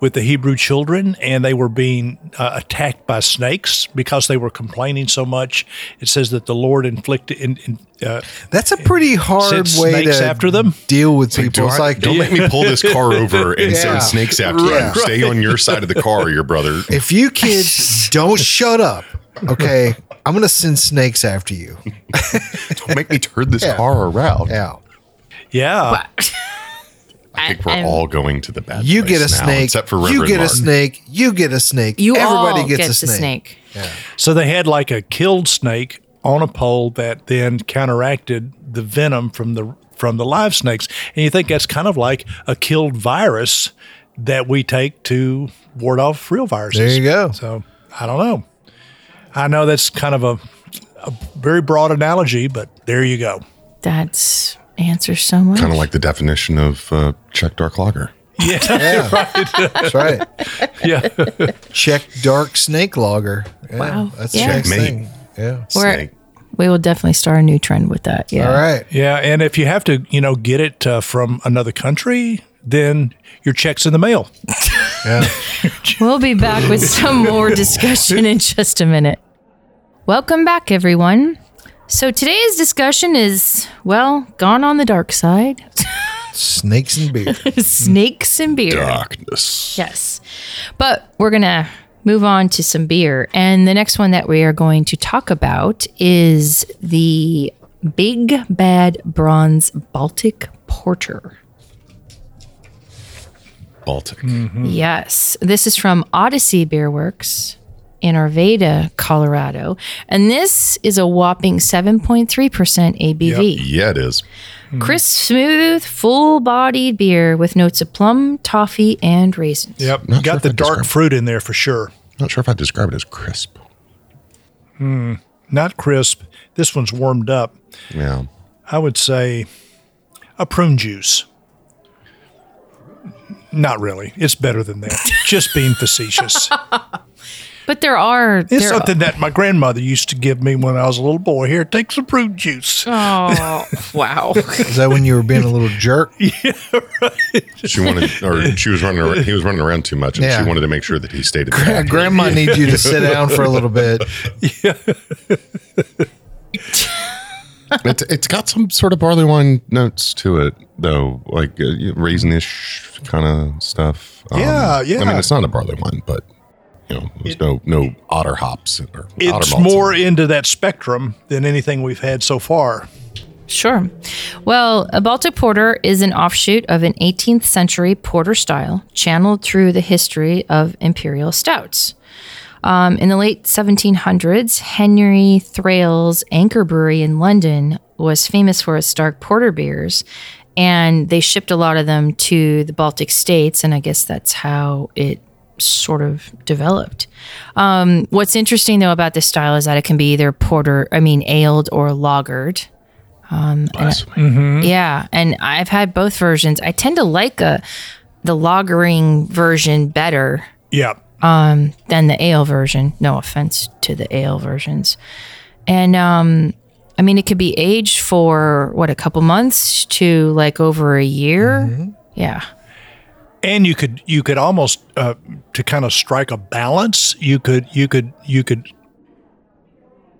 Speaker 6: with the Hebrew children, and they were being uh, attacked by snakes because they were complaining so much. It says that the Lord inflicted. In, in, uh,
Speaker 5: That's a pretty hard
Speaker 6: Send
Speaker 5: way
Speaker 6: snakes
Speaker 5: to
Speaker 6: after them?
Speaker 5: deal with people.
Speaker 9: do
Speaker 5: It's
Speaker 9: I-
Speaker 5: like
Speaker 9: don't make me pull this car over and
Speaker 5: Yeah.
Speaker 9: send snakes after you.
Speaker 5: Right.
Speaker 9: Stay on your side of the car, your brother.
Speaker 5: if you kids don't shut up, okay, I'm gonna send snakes after you.
Speaker 9: Don't make me turn this
Speaker 5: Yeah.
Speaker 9: car around.
Speaker 5: Yeah.
Speaker 6: yeah,
Speaker 9: I think we're all going to the bad.
Speaker 5: You
Speaker 9: place
Speaker 5: get a
Speaker 9: now,
Speaker 5: snake.
Speaker 9: except for
Speaker 5: you
Speaker 9: Reverend
Speaker 5: get
Speaker 9: Martin.
Speaker 5: a snake. You get a snake.
Speaker 2: You
Speaker 5: Everybody
Speaker 2: all
Speaker 5: gets a
Speaker 2: the
Speaker 5: snake.
Speaker 2: snake.
Speaker 6: So they had like a killed snake on a pole that then counteracted the venom from the from the live snakes. And you think that's kind of like a killed virus that we take to ward off real viruses.
Speaker 5: There you go.
Speaker 6: So I don't know. I know that's kind of a, a very broad analogy, but there you go.
Speaker 2: That answers so much.
Speaker 9: Kind of like the definition of uh, Czech dark lager.
Speaker 5: Yeah, that's right.
Speaker 6: Yeah.
Speaker 5: Check dark snake logger. Yeah,
Speaker 2: Wow.
Speaker 5: that's
Speaker 2: Oh, Yeah.
Speaker 5: Check's
Speaker 9: Me.
Speaker 5: thing. Yeah.
Speaker 2: We're-
Speaker 9: Snake.
Speaker 2: we will definitely start a new trend with that. Yeah.
Speaker 5: All right.
Speaker 6: Yeah, and if you have to, you know, get it uh, from another country, then your check's in the mail.
Speaker 5: Yeah.
Speaker 2: We'll be back with some more discussion in just a minute. Welcome back, everyone. So today's discussion is, well, gone on the dark side
Speaker 5: Snakes and beer.
Speaker 2: snakes and beer.
Speaker 9: Darkness.
Speaker 2: Yes. But we're going to move on to some beer. And the next one that we are going to talk about is the Big Bad Bronze Baltic Porter.
Speaker 9: Baltic.
Speaker 5: Mm-hmm.
Speaker 2: Yes. This is from Odyssey Beer Works in Arvada, Colorado. And this is a whopping 7.3% ABV.
Speaker 9: Yeah, it is.
Speaker 2: Crisp, smooth, full bodied beer with notes of plum, toffee, and raisins.
Speaker 6: Yep.
Speaker 9: Not sure
Speaker 6: Got
Speaker 9: if
Speaker 6: the
Speaker 9: I'd
Speaker 6: dark
Speaker 9: describe-
Speaker 6: fruit in there for sure.
Speaker 9: Not sure if I describe it as crisp.
Speaker 6: Not crisp. This one's warmed up.
Speaker 9: Yeah.
Speaker 6: I would say a prune juice. Not really. It's better than that. Just being facetious.
Speaker 2: But there are.
Speaker 6: It's
Speaker 2: there
Speaker 6: something that my grandmother used to give me when I was a little boy. Here, take some prune juice.
Speaker 2: Oh, wow.
Speaker 5: Is that when you were being a little jerk?
Speaker 9: She wanted, or she was running. Around, he was running around too much, and
Speaker 5: Yeah.
Speaker 9: she wanted to make sure that he stayed. At the
Speaker 5: Yeah,
Speaker 9: bathroom.
Speaker 5: Grandma needs you to sit down for a little bit.
Speaker 9: It's, it's got some sort of barley wine notes to it, though, like uh, raisinish kind of stuff. Um,
Speaker 6: Yeah, yeah.
Speaker 9: I mean, it's not a barley wine, but you know, there's no no otter hops or otter malts
Speaker 6: It's
Speaker 9: in
Speaker 6: more
Speaker 9: it.
Speaker 6: into that spectrum than anything we've had so far.
Speaker 2: Sure. Well, a Baltic porter is an offshoot of an 18th century porter style channeled through the history of imperial stouts. Um, in the late 1700s, Henry Thrale's Anchor Brewery in London was famous for its stark porter beers, and they shipped a lot of them to the Baltic states, and I guess that's how it sort of developed. Um, what's interesting though about this style is that it can be either porter, I mean, aled or lagered.
Speaker 9: Bless me.
Speaker 2: Yeah, and I've had both versions. I tend to like a, the lagering version better
Speaker 6: Yeah.
Speaker 2: than the ale version. No offense to the ale versions. And um I mean it could be aged for what a couple months to like over a year. Yeah.
Speaker 6: and you could you could almost uh, to kind of strike a balance you could you could you could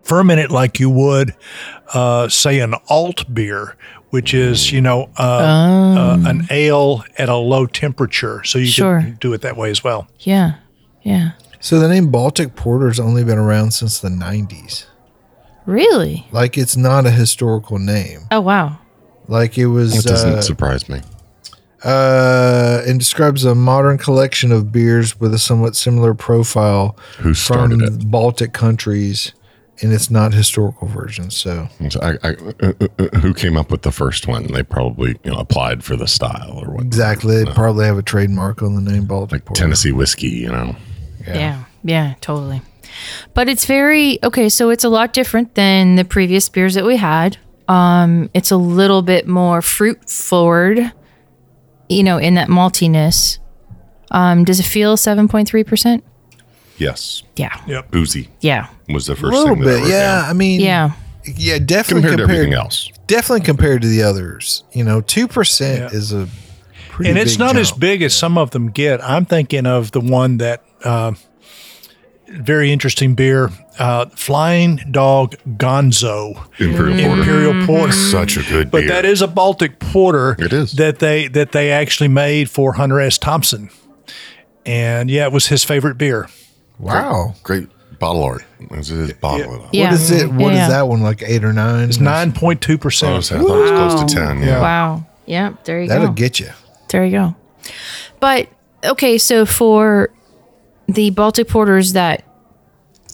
Speaker 6: ferment it like you would uh, say an alt beer which is you know uh, uh, an ale at a low temperature so you
Speaker 2: Sure.
Speaker 6: could do it that way as well
Speaker 2: Yeah. Yeah.
Speaker 5: So the name Baltic Porter's only been around since the 90s.
Speaker 2: Really?
Speaker 5: Like it's not a historical name.
Speaker 2: Oh, wow.
Speaker 5: Like it was
Speaker 9: That doesn't
Speaker 5: uh,
Speaker 9: surprise me.
Speaker 5: uh, and describes a modern collection of beers with a somewhat similar profile
Speaker 9: Who started
Speaker 5: from Baltic countries, and it's not historical version. So
Speaker 9: it? I, I, uh, uh, uh, who came up with the first one? They probably you know applied for the style or what?
Speaker 5: exactly, they probably have a trademark on the name Baltic
Speaker 9: Like
Speaker 5: Porter.
Speaker 9: Tennessee whiskey, you know.
Speaker 2: Yeah. yeah. totally. But it's very okay, so it's a lot different than the previous beers that we had. Um, it's a little bit more fruit forward, you know, in that maltiness. Um, does it feel 7.3%?
Speaker 9: Yes,
Speaker 2: Yeah.
Speaker 9: boozy
Speaker 2: Yeah.
Speaker 9: was the
Speaker 5: A
Speaker 9: first
Speaker 5: little
Speaker 9: thing. That I
Speaker 5: bit,
Speaker 9: wrote
Speaker 5: yeah.
Speaker 9: down.
Speaker 5: I mean,
Speaker 2: Yeah.
Speaker 5: yeah, definitely
Speaker 9: compared
Speaker 5: compared,
Speaker 9: to everything else.
Speaker 5: Definitely compared to the others. You know, two percent
Speaker 6: Yeah.
Speaker 5: is a pretty
Speaker 6: and it's
Speaker 5: big
Speaker 6: not as
Speaker 5: jump.
Speaker 6: big as some of them get i'm thinking of the one that uh, very interesting beer uh, flying dog gonzo
Speaker 9: Mm-hmm. Imperial Porter.
Speaker 6: imperial porter
Speaker 9: Such a good
Speaker 6: But
Speaker 9: beer.
Speaker 6: that is a Baltic porter.
Speaker 9: It is.
Speaker 6: that they that they actually made for Hunter S. Thompson, and yeah, it was his favorite beer.
Speaker 5: Wow.
Speaker 9: great bottle art. It is bottle art.
Speaker 2: Yeah.
Speaker 5: What is it? What is
Speaker 2: Yeah.
Speaker 5: that one like? Eight or nine?
Speaker 6: It's nine point two
Speaker 9: I
Speaker 6: percent.
Speaker 9: was- I thought it was close to ten. Yeah.
Speaker 2: Wow. Yeah, there you
Speaker 5: That'll
Speaker 2: go.
Speaker 5: get you.
Speaker 2: There you go. But okay, so for the Baltic porters that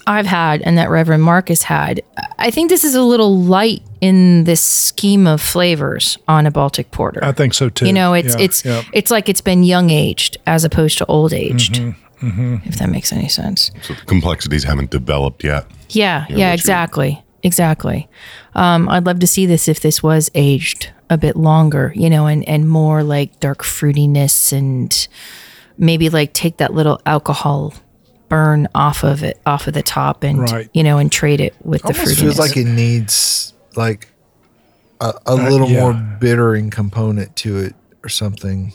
Speaker 2: I've had and that Reverend Marcus had, I think this is a little light in this scheme of flavors on a Baltic porter.
Speaker 6: I think so too.
Speaker 2: you know, it's
Speaker 6: Yeah,
Speaker 2: it's
Speaker 6: yeah.
Speaker 2: it's like it's been young aged as opposed to old aged.
Speaker 6: Mm-hmm,
Speaker 2: If that makes any sense.
Speaker 9: So the complexities haven't developed yet.
Speaker 2: Yeah, yeah,
Speaker 9: what you-
Speaker 2: exactly. Exactly. Um, I'd love to see this if this was aged a bit longer, you know, and, and more like dark fruitiness and maybe like take that little alcohol burn off of it, off of the top and,
Speaker 6: Right.
Speaker 2: you know, and trade it with the
Speaker 5: Almost
Speaker 2: fruitiness.
Speaker 5: feels like it needs like a, a little
Speaker 6: Uh, yeah.
Speaker 5: more bittering component to it or something.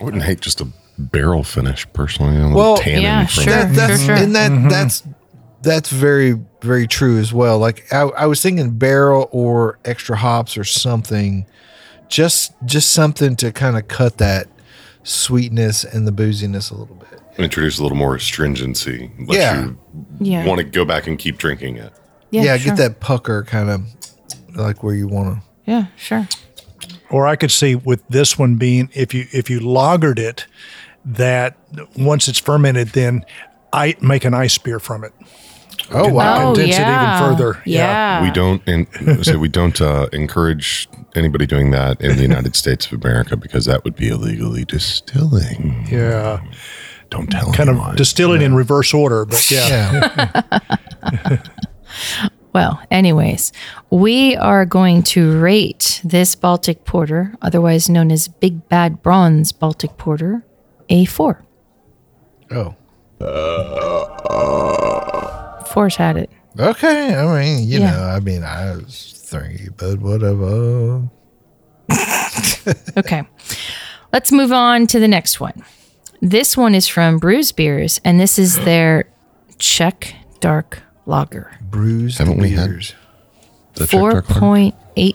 Speaker 9: I wouldn't hate just a barrel finish personally. A little
Speaker 5: Well,
Speaker 9: tannin
Speaker 2: Yeah,
Speaker 9: from
Speaker 2: sure.
Speaker 5: That, that's
Speaker 2: sure. Mm-hmm.
Speaker 5: and that that's that's very very true as well. Like I, I was thinking barrel or extra hops or something, just just something to kind of cut that sweetness and the booziness a little bit.
Speaker 9: introduce a little more astringency. Let
Speaker 5: Yeah.
Speaker 9: you
Speaker 2: yeah.
Speaker 9: want to go back and keep drinking it.
Speaker 5: Yeah,
Speaker 2: sure.
Speaker 5: get that pucker kind of like where you want to.
Speaker 2: Yeah, sure.
Speaker 6: or I could see with this one being if you if you lagered it, that once it's fermented, then I make an ice beer from it.
Speaker 5: Oh wow!
Speaker 2: Oh,
Speaker 6: Condense it even
Speaker 2: yeah.
Speaker 6: further.
Speaker 2: Yeah.
Speaker 6: Yeah.
Speaker 9: We don't in, so we don't uh, encourage anybody doing that in the United States of America because that would be illegally distilling.
Speaker 6: Yeah,
Speaker 9: Don't tell
Speaker 6: kind
Speaker 9: anyone.
Speaker 6: of distill it in reverse order, but yeah.
Speaker 5: Yeah,
Speaker 2: Well, anyways, we are going to rate this Baltic Porter, otherwise known as Big Bad Bronze Baltic Porter, A4.
Speaker 5: oh.
Speaker 2: Four's had it.
Speaker 5: Okay, I mean, you
Speaker 2: Yeah.
Speaker 5: know, I mean, I was three, but whatever.
Speaker 2: Okay. Let's move on to the next one. This one is from Brews Beers, and this is their Czech Dark Lager.
Speaker 5: Bruised
Speaker 9: Haven't we had-
Speaker 5: beers.
Speaker 9: The Czech dark lager?
Speaker 2: 4.8%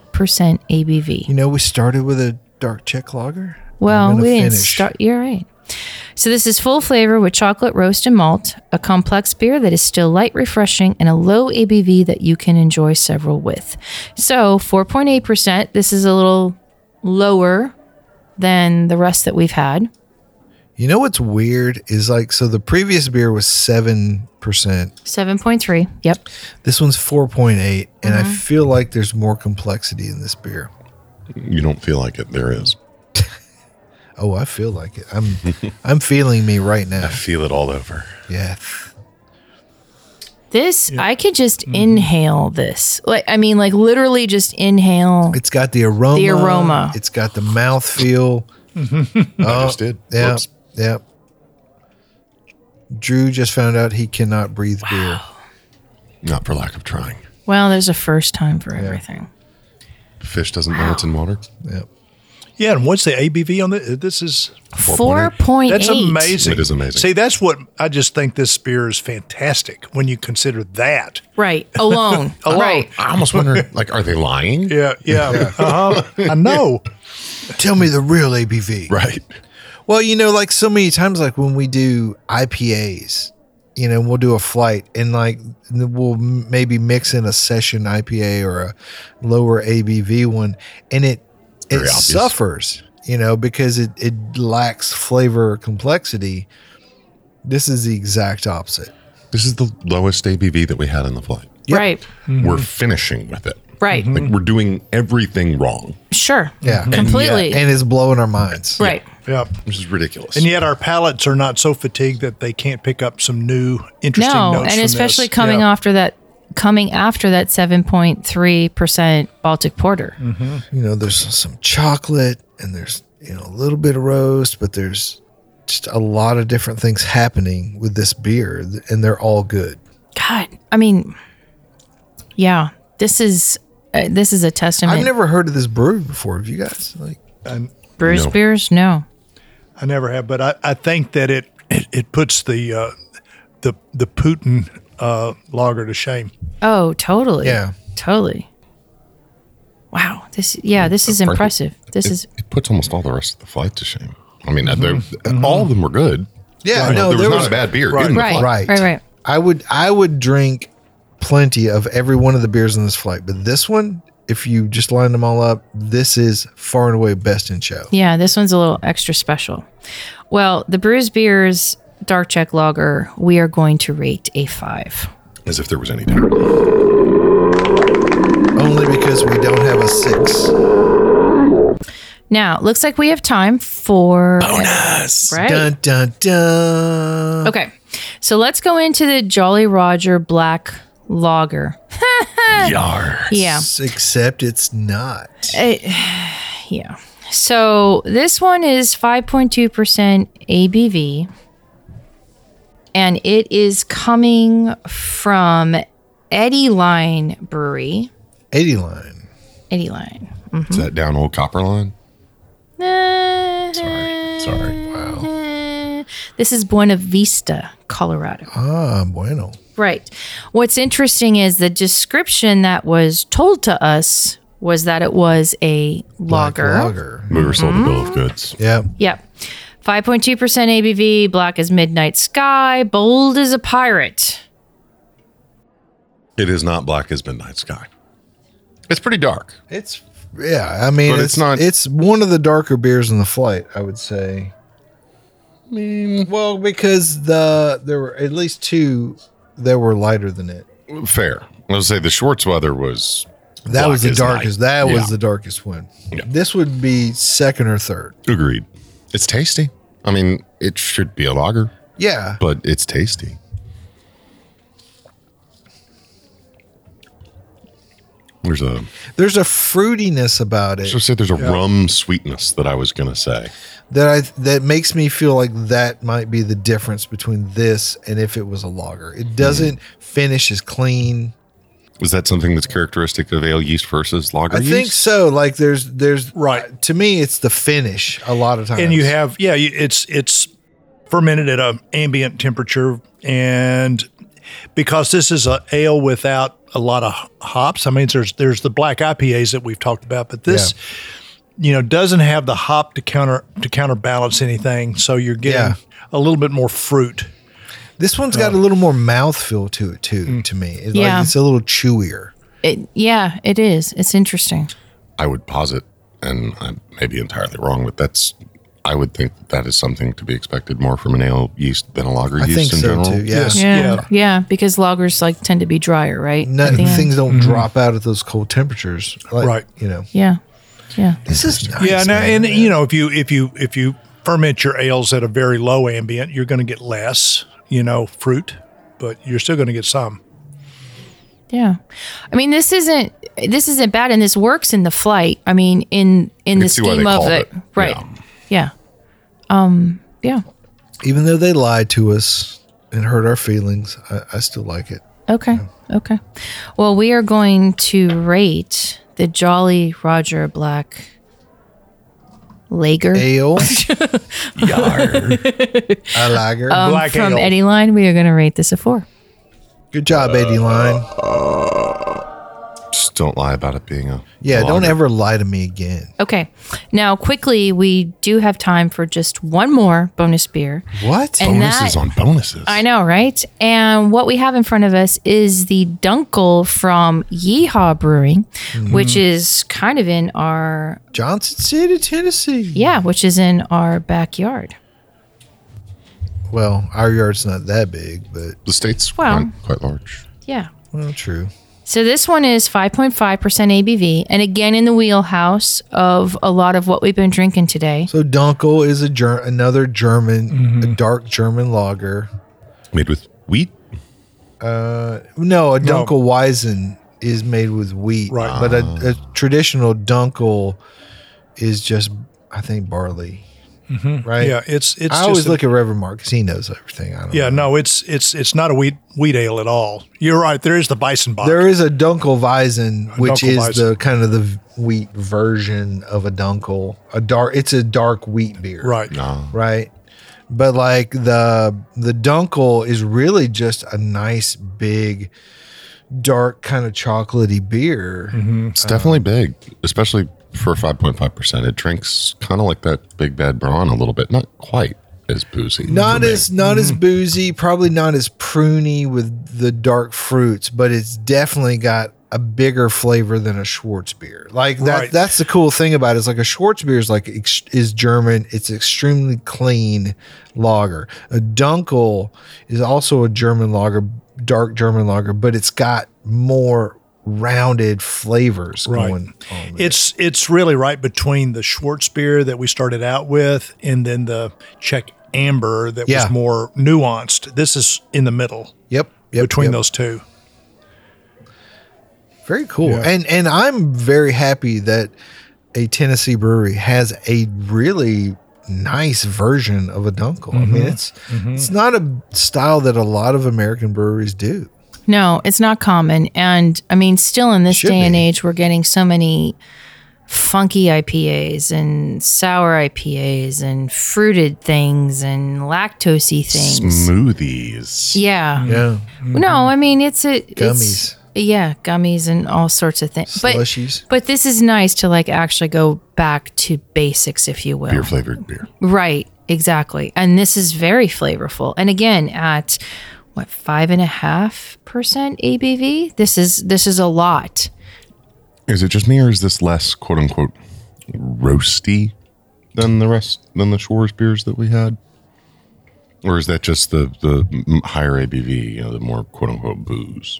Speaker 2: ABV.
Speaker 5: You know, we started with a dark check lager. I'm
Speaker 2: Well,
Speaker 5: gonna
Speaker 2: we didn't
Speaker 5: finish.
Speaker 2: start. You're right. So this is full flavor with chocolate, roast, and malt, a complex beer that is still light, refreshing, and a low ABV that you can enjoy several with. So 4.8%. This is a little lower than the rest that we've had.
Speaker 5: You know what's weird is like, so the previous beer was seven percent.
Speaker 2: 7.3. Yep.
Speaker 5: This one's four point eight, and
Speaker 2: Mm-hmm.
Speaker 5: I feel like there's more complexity in this beer.
Speaker 9: You don't feel like it. There is.
Speaker 5: Oh, I feel like it. I'm, I'm feeling me right now.
Speaker 9: Feel it all over.
Speaker 5: Yeah,
Speaker 2: This I could just inhale this. Like I mean, like literally just inhale.
Speaker 5: it's got the aroma.
Speaker 2: The aroma.
Speaker 5: It's got the mouth feel.
Speaker 6: Oh,
Speaker 9: I just did.
Speaker 5: Yeah.
Speaker 9: Whoops.
Speaker 5: Yeah. Drew just found out he cannot breathe beer.
Speaker 9: Not for lack of trying.
Speaker 2: Well, there's a first time for everything.
Speaker 9: Fish doesn't know it's in water.
Speaker 5: Yep.
Speaker 6: Yeah, and what's the ABV on this? This is
Speaker 2: 4.8.
Speaker 6: that's amazing.
Speaker 9: It is amazing.
Speaker 6: See, that's what I just think this beer is fantastic when you consider that.
Speaker 2: Right. Alone.
Speaker 6: Alone.
Speaker 2: Right.
Speaker 9: I almost wonder, like, are they lying?
Speaker 6: Yeah, yeah. Uh-huh. I know.
Speaker 5: Tell me the real ABV.
Speaker 9: Right.
Speaker 5: Well, you know, like so many times, like when we do IPAs, you know, we'll do a flight and like we'll m- maybe mix in a session IPA or a lower ABV one, and it it
Speaker 9: Very obvious.
Speaker 5: suffers, you know, because it it lacks flavor or complexity. This is the exact opposite.
Speaker 9: This is the lowest ABV that we had in the flight.
Speaker 2: Right.
Speaker 6: Mm-hmm.
Speaker 9: We're finishing with it.
Speaker 2: Right.
Speaker 9: Like we're doing everything wrong,
Speaker 2: Sure.
Speaker 5: Yeah.
Speaker 2: Completely.
Speaker 5: And it's blowing our minds.
Speaker 2: right.
Speaker 6: Yeah.
Speaker 9: which is ridiculous.
Speaker 6: And yet our palates are not so fatigued that they can't pick up some new interesting
Speaker 2: No,
Speaker 6: notes.
Speaker 2: and
Speaker 6: from
Speaker 2: especially
Speaker 6: this.
Speaker 2: coming
Speaker 6: Yeah.
Speaker 2: after that coming after that 7.3% Baltic porter.
Speaker 5: you know, there's some chocolate and there's, you know, a little bit of roast, but there's just a lot of different things happening with this beer th- and they're all good.
Speaker 2: God, I mean yeah, this is uh, this is a testament.
Speaker 5: I've never heard of this brewery before. Have you guys? Like,
Speaker 2: Bruce
Speaker 9: No.
Speaker 2: beers? No.
Speaker 6: I never have, but I, I think that it it, it puts the uh, the the Putin uh, lager to shame.
Speaker 2: Oh, totally.
Speaker 5: Yeah.
Speaker 2: Totally. Wow. This yeah, this is
Speaker 9: Frankly,
Speaker 2: impressive. This
Speaker 9: it,
Speaker 2: is
Speaker 9: it puts almost all the rest of the flight to shame. I mean, they're
Speaker 6: Mm-hmm.
Speaker 9: all of them were good.
Speaker 5: yeah,
Speaker 9: Right.
Speaker 5: no,
Speaker 9: there was, not
Speaker 5: there
Speaker 9: a bad beer.
Speaker 6: Oh, Right.
Speaker 9: in the
Speaker 2: right. Right,
Speaker 9: flight.
Speaker 2: right, right.
Speaker 5: I would, I would drink plenty of every one of the beers in this flight, but this one, if you just line them all up, this is far and away best in show.
Speaker 2: Yeah, this one's a little extra special. Well, the Brews Beers Dark Check Lager, we are going to rate a five.
Speaker 9: As if there was any
Speaker 6: Mm-hmm.
Speaker 9: doubt.
Speaker 5: Only because we don't have a six.
Speaker 2: Now, looks like we have time for bonus. Right?
Speaker 5: Dun dun dun.
Speaker 2: Okay. So let's go into the Jolly Roger Black Lager.
Speaker 9: Yar.
Speaker 2: Yeah.
Speaker 5: Except it's not.
Speaker 2: Yeah. So this one is 5.2% ABV. And it is coming from Eddie Line Brewery.
Speaker 5: 80 line.
Speaker 2: Eddie Line.
Speaker 9: Is that down old copper line?
Speaker 2: Sorry.
Speaker 9: Sorry. Wow.
Speaker 2: Uh-huh. This is Buena Vista, Colorado.
Speaker 5: Ah, bueno.
Speaker 2: Right. What's interesting is the description that was told to us was that it was a
Speaker 5: Black
Speaker 2: lager.
Speaker 5: Lager.
Speaker 9: We were sold a bill of goods.
Speaker 5: Yeah.
Speaker 2: Yep. 5.2% ABV, black as midnight sky, bold as a pirate.
Speaker 9: It is not black as midnight sky. It's pretty dark.
Speaker 5: It's, yeah. I mean,
Speaker 9: But
Speaker 5: it's,
Speaker 9: it's not-
Speaker 5: not, it's one of the darker beers in the flight, I would say.
Speaker 9: I mean,
Speaker 5: Well, because the, there were at least two that were lighter than it.
Speaker 9: fair. Let's say the Schwartz weather was.
Speaker 5: That
Speaker 9: black
Speaker 5: was the
Speaker 9: as
Speaker 5: darkest.
Speaker 9: night.
Speaker 5: That
Speaker 9: Yeah.
Speaker 5: was the darkest one.
Speaker 9: Yeah.
Speaker 5: This would be second or third.
Speaker 9: Agreed. It's tasty. I mean, it should be a lager,
Speaker 5: Yeah.
Speaker 9: but it's tasty. There's a
Speaker 5: There's a fruitiness about it
Speaker 9: so say there's a rum sweetness that I was gonna say.
Speaker 5: that I that makes me feel like that might be the difference between this and if it was a lager.
Speaker 9: Hmm.
Speaker 5: It doesn't finish as clean.
Speaker 9: Is that something that's characteristic of ale yeast versus lager
Speaker 5: I
Speaker 9: yeast?
Speaker 5: think so. Like there's there's uh,
Speaker 6: Right.
Speaker 5: to me it's the finish a lot of times.
Speaker 6: And you have yeah, you- it's it's fermented at an ambient temperature, and because this is a ale without a lot of hops, I mean there's there's the black IPAs that we've talked about, but this. You know, doesn't have the hop to counter to counterbalance anything, so you're getting
Speaker 5: Yeah.
Speaker 6: a little bit more fruit.
Speaker 5: this one's got a little more mouthfeel to it too.
Speaker 6: Mm.
Speaker 5: To me, it's
Speaker 2: Yeah.
Speaker 5: like it's a little chewier.
Speaker 2: It, yeah, it is. It's interesting.
Speaker 9: I would posit, and I may be entirely wrong, but that's I would think that, that is something to be expected more from an ale yeast than a lager
Speaker 5: I
Speaker 9: yeast
Speaker 5: think
Speaker 9: in
Speaker 5: so
Speaker 9: general.
Speaker 5: too. Yeah,
Speaker 2: Yeah. Yeah, because lagers like tend to be drier, right?
Speaker 5: No-
Speaker 2: At the end.
Speaker 5: things don't drop out at those cold temperatures. Like,
Speaker 6: Mm-hmm. Right.
Speaker 5: You know,
Speaker 2: Yeah. Yeah.
Speaker 5: this is nice,
Speaker 6: yeah, now,
Speaker 5: man.
Speaker 6: and you know, if you if you if you ferment your ales at a very low ambient, you're going to get less, you know, fruit, but you're still going to get some.
Speaker 2: Yeah. I mean, this isn't this isn't bad and this works in the flight. I mean, in in the
Speaker 9: see why they
Speaker 2: scheme of
Speaker 9: called
Speaker 2: it.
Speaker 9: it.
Speaker 2: Right. Yeah.
Speaker 9: Yeah.
Speaker 2: Um,
Speaker 5: even though they lied to us and hurt our feelings, I, I still like it.
Speaker 2: yeah. Okay. Okay. Well, we are going to rate the Jolly Roger Black Lager.
Speaker 5: Ale,
Speaker 9: Yar.
Speaker 5: a lager.
Speaker 6: Black
Speaker 2: From
Speaker 6: ale.
Speaker 2: Eddie Line, we are going to rate this a four.
Speaker 5: Good job, Eddie Line.
Speaker 9: Just don't lie about it being a.
Speaker 5: Yeah, don't
Speaker 9: lager.
Speaker 5: ever lie to me again.
Speaker 2: Okay. Now, quickly, we do have time for just one more bonus beer.
Speaker 5: What?
Speaker 2: And
Speaker 9: Bonuses
Speaker 2: that-
Speaker 9: on bonuses.
Speaker 2: I know, right? And what we have in front of us is the Dunkel from Yeehaw Brewing,
Speaker 6: Mm-hmm.
Speaker 2: which is kind of in our
Speaker 5: Johnson City, Tennessee.
Speaker 2: yeah, which is in our backyard.
Speaker 5: Well, our yard's not that big, but
Speaker 9: The state's
Speaker 2: Well.
Speaker 9: quite, quite large.
Speaker 2: Yeah.
Speaker 5: well, true.
Speaker 2: So this one is 5.5% ABV, and again in the wheelhouse of a lot of what we've been drinking today.
Speaker 5: So Dunkel is a ger- another German,
Speaker 6: Mm-hmm.
Speaker 5: a dark German lager.
Speaker 9: Made with wheat.
Speaker 5: No, a Dunkel Weizen is made with wheat,
Speaker 6: Right.
Speaker 5: But a, a traditional Dunkel is just, I think, barley, right?
Speaker 6: Mm-hmm. Yeah, it's it's.
Speaker 5: I
Speaker 6: just
Speaker 5: always
Speaker 6: a-
Speaker 5: look at Reverend Mark because he knows everything. I don't
Speaker 6: Yeah,
Speaker 5: know.
Speaker 6: no, it's it's it's not a wheat wheat ale at all. You're right. There is the bison box.
Speaker 5: There is a Dunkel Weizen, which
Speaker 6: Dunkel
Speaker 5: is
Speaker 6: Weizen.
Speaker 5: the kind of the v- wheat version of a Dunkel. A dark, it's a dark wheat beer,
Speaker 6: right.
Speaker 5: Right. But like the the Dunkel is really just a nice big, dark kind of chocolatey beer. Oh.
Speaker 9: It's definitely big, especially for 5.5%. It drinks kind of like that Big Bad Brawn a little bit. Not quite as boozy.
Speaker 5: Not
Speaker 9: for me.
Speaker 5: as not
Speaker 6: Mm-hmm.
Speaker 5: as boozy, probably not as pruny with the dark fruits, but it's definitely got a bigger flavor than a Schwartz beer. Like that
Speaker 6: Right.
Speaker 5: that's the cool thing about it is like a Schwartz beer is like ex- is German, it's extremely clean lager. A Dunkel is also a German lager, dark German lager, but it's got more rounded flavors
Speaker 6: Right.
Speaker 5: going on.
Speaker 6: It's it's really right between the Schwartz beer that we started out with and then the Czech amber that
Speaker 5: Yeah.
Speaker 6: was more nuanced. This is in the middle
Speaker 5: yep, yep,
Speaker 6: between
Speaker 5: yep.
Speaker 6: those two.
Speaker 5: Very cool.
Speaker 6: Yeah.
Speaker 5: And and I'm very happy that a Tennessee brewery has a really nice version of a dunkel. I mean, it's it's not a style that a lot of American breweries do.
Speaker 2: No, it's not common. And I mean, still in this
Speaker 5: Should
Speaker 2: day and
Speaker 5: be.
Speaker 2: age, we're getting so many funky IPAs and sour IPAs and fruited things and lactosey things.
Speaker 9: Smoothies.
Speaker 2: Yeah.
Speaker 5: Yeah.
Speaker 2: No, I mean, it's a. It's,
Speaker 5: Gummies.
Speaker 2: yeah, gummies and all sorts of things. But,
Speaker 5: Slushies.
Speaker 2: but this is nice to like actually go back to basics, if you will.
Speaker 9: Beer flavored beer.
Speaker 2: Right, exactly. And this is very flavorful. And again, at what five and a half percent ABV, this is this is a lot.
Speaker 9: Is it just me or is this less quote unquote roasty than the rest than the Shores beers that we had? Or is that just the the m- higher ABV, you know, the more quote unquote booze?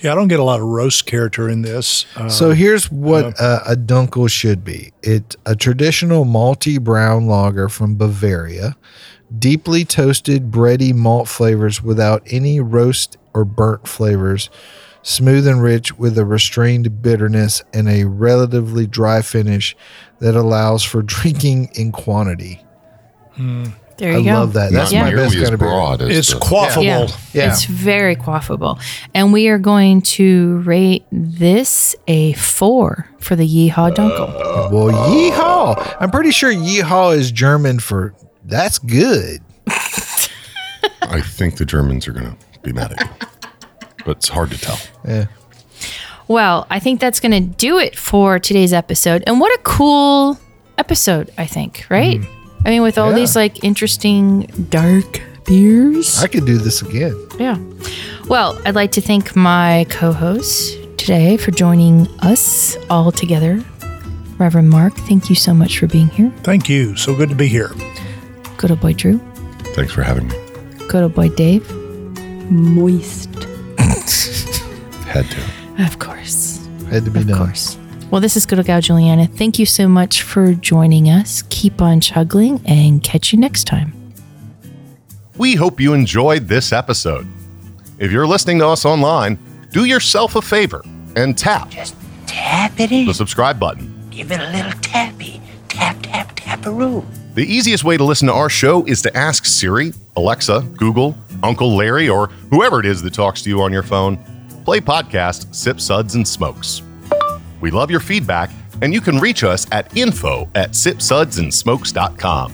Speaker 6: Yeah, I don't get a lot of roast character in this. Uh,
Speaker 5: So here's what uh, a dunkel should be. It's a traditional malty brown lager from Bavaria, deeply toasted bready malt flavors without any roast or burnt flavors, smooth and rich with a restrained bitterness and a relatively dry finish that allows for drinking in quantity.
Speaker 2: There
Speaker 5: I
Speaker 2: you go.
Speaker 5: love that. That's
Speaker 9: Not
Speaker 5: my
Speaker 9: nearly
Speaker 5: best
Speaker 9: as
Speaker 5: kind of beer.
Speaker 9: broad as
Speaker 6: it's
Speaker 9: the-
Speaker 6: quaffable.
Speaker 2: Yeah.
Speaker 5: Yeah.
Speaker 2: It's very quaffable. And we are going to rate this a four for the Yeehaw Dunkel.
Speaker 5: Well, yeehaw! I'm pretty sure yeehaw is German for that's good.
Speaker 9: I think the Germans are gonna be mad at you. But it's hard to tell.
Speaker 5: Yeah.
Speaker 2: Well, I think that's going to do it for today's episode. And what a cool episode, I think, right? I mean, with all
Speaker 5: Mm. Yeah.
Speaker 2: these like interesting dark beers.
Speaker 5: I could do this again.
Speaker 2: Yeah. Well, I'd like to thank my co host today for joining us all together. Reverend Mark, thank you so much for being here.
Speaker 6: Thank you. So good to be here.
Speaker 2: Good old boy Drew.
Speaker 9: Thanks for having me.
Speaker 2: Good old boy Dave.
Speaker 12: Moist.
Speaker 9: Had to.
Speaker 2: Of course.
Speaker 5: Had to be
Speaker 2: Of
Speaker 5: done.
Speaker 2: course. Well, this is Good Old Gal Juliana. Thank you so much for joining us. Keep on chuggling and catch you next time.
Speaker 13: We hope you enjoyed this episode. If you're listening to us online, do yourself a favor and tap
Speaker 12: Tap it in.
Speaker 13: the subscribe button.
Speaker 12: Give it a little tappy. Tap, tap, taparoo.
Speaker 13: The easiest way to listen to our show is to ask Siri, Alexa, Google, Uncle Larry, or whoever it is that talks to you on your phone. Play podcast, sip suds, and smokes. We love your feedback
Speaker 9: and you can reach us at info at sipsudsandsmokes.com.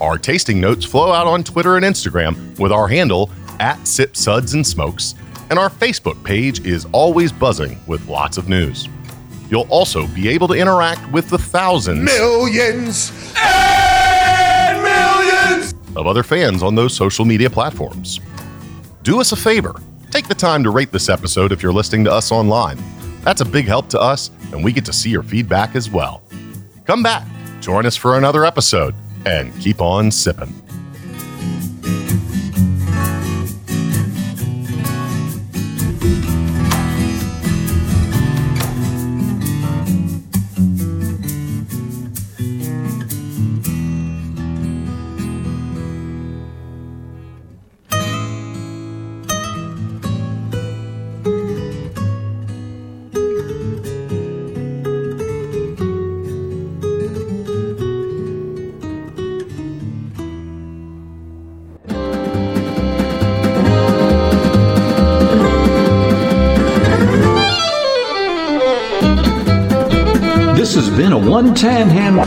Speaker 9: Our tasting notes flow out on Twitter and Instagram with our handle at sipsudsandsmokes, and our Facebook page is always buzzing with lots of news. You'll also be able to interact with the thousands
Speaker 5: Millions and millions.
Speaker 9: of other fans on those social media platforms. Do us a favor take the time to rate this episode if you're listening to us online. That's a big help to us, and we get to see your feedback as well. Come back, join us for another episode, and keep on sipping.
Speaker 1: This has been a one tan hand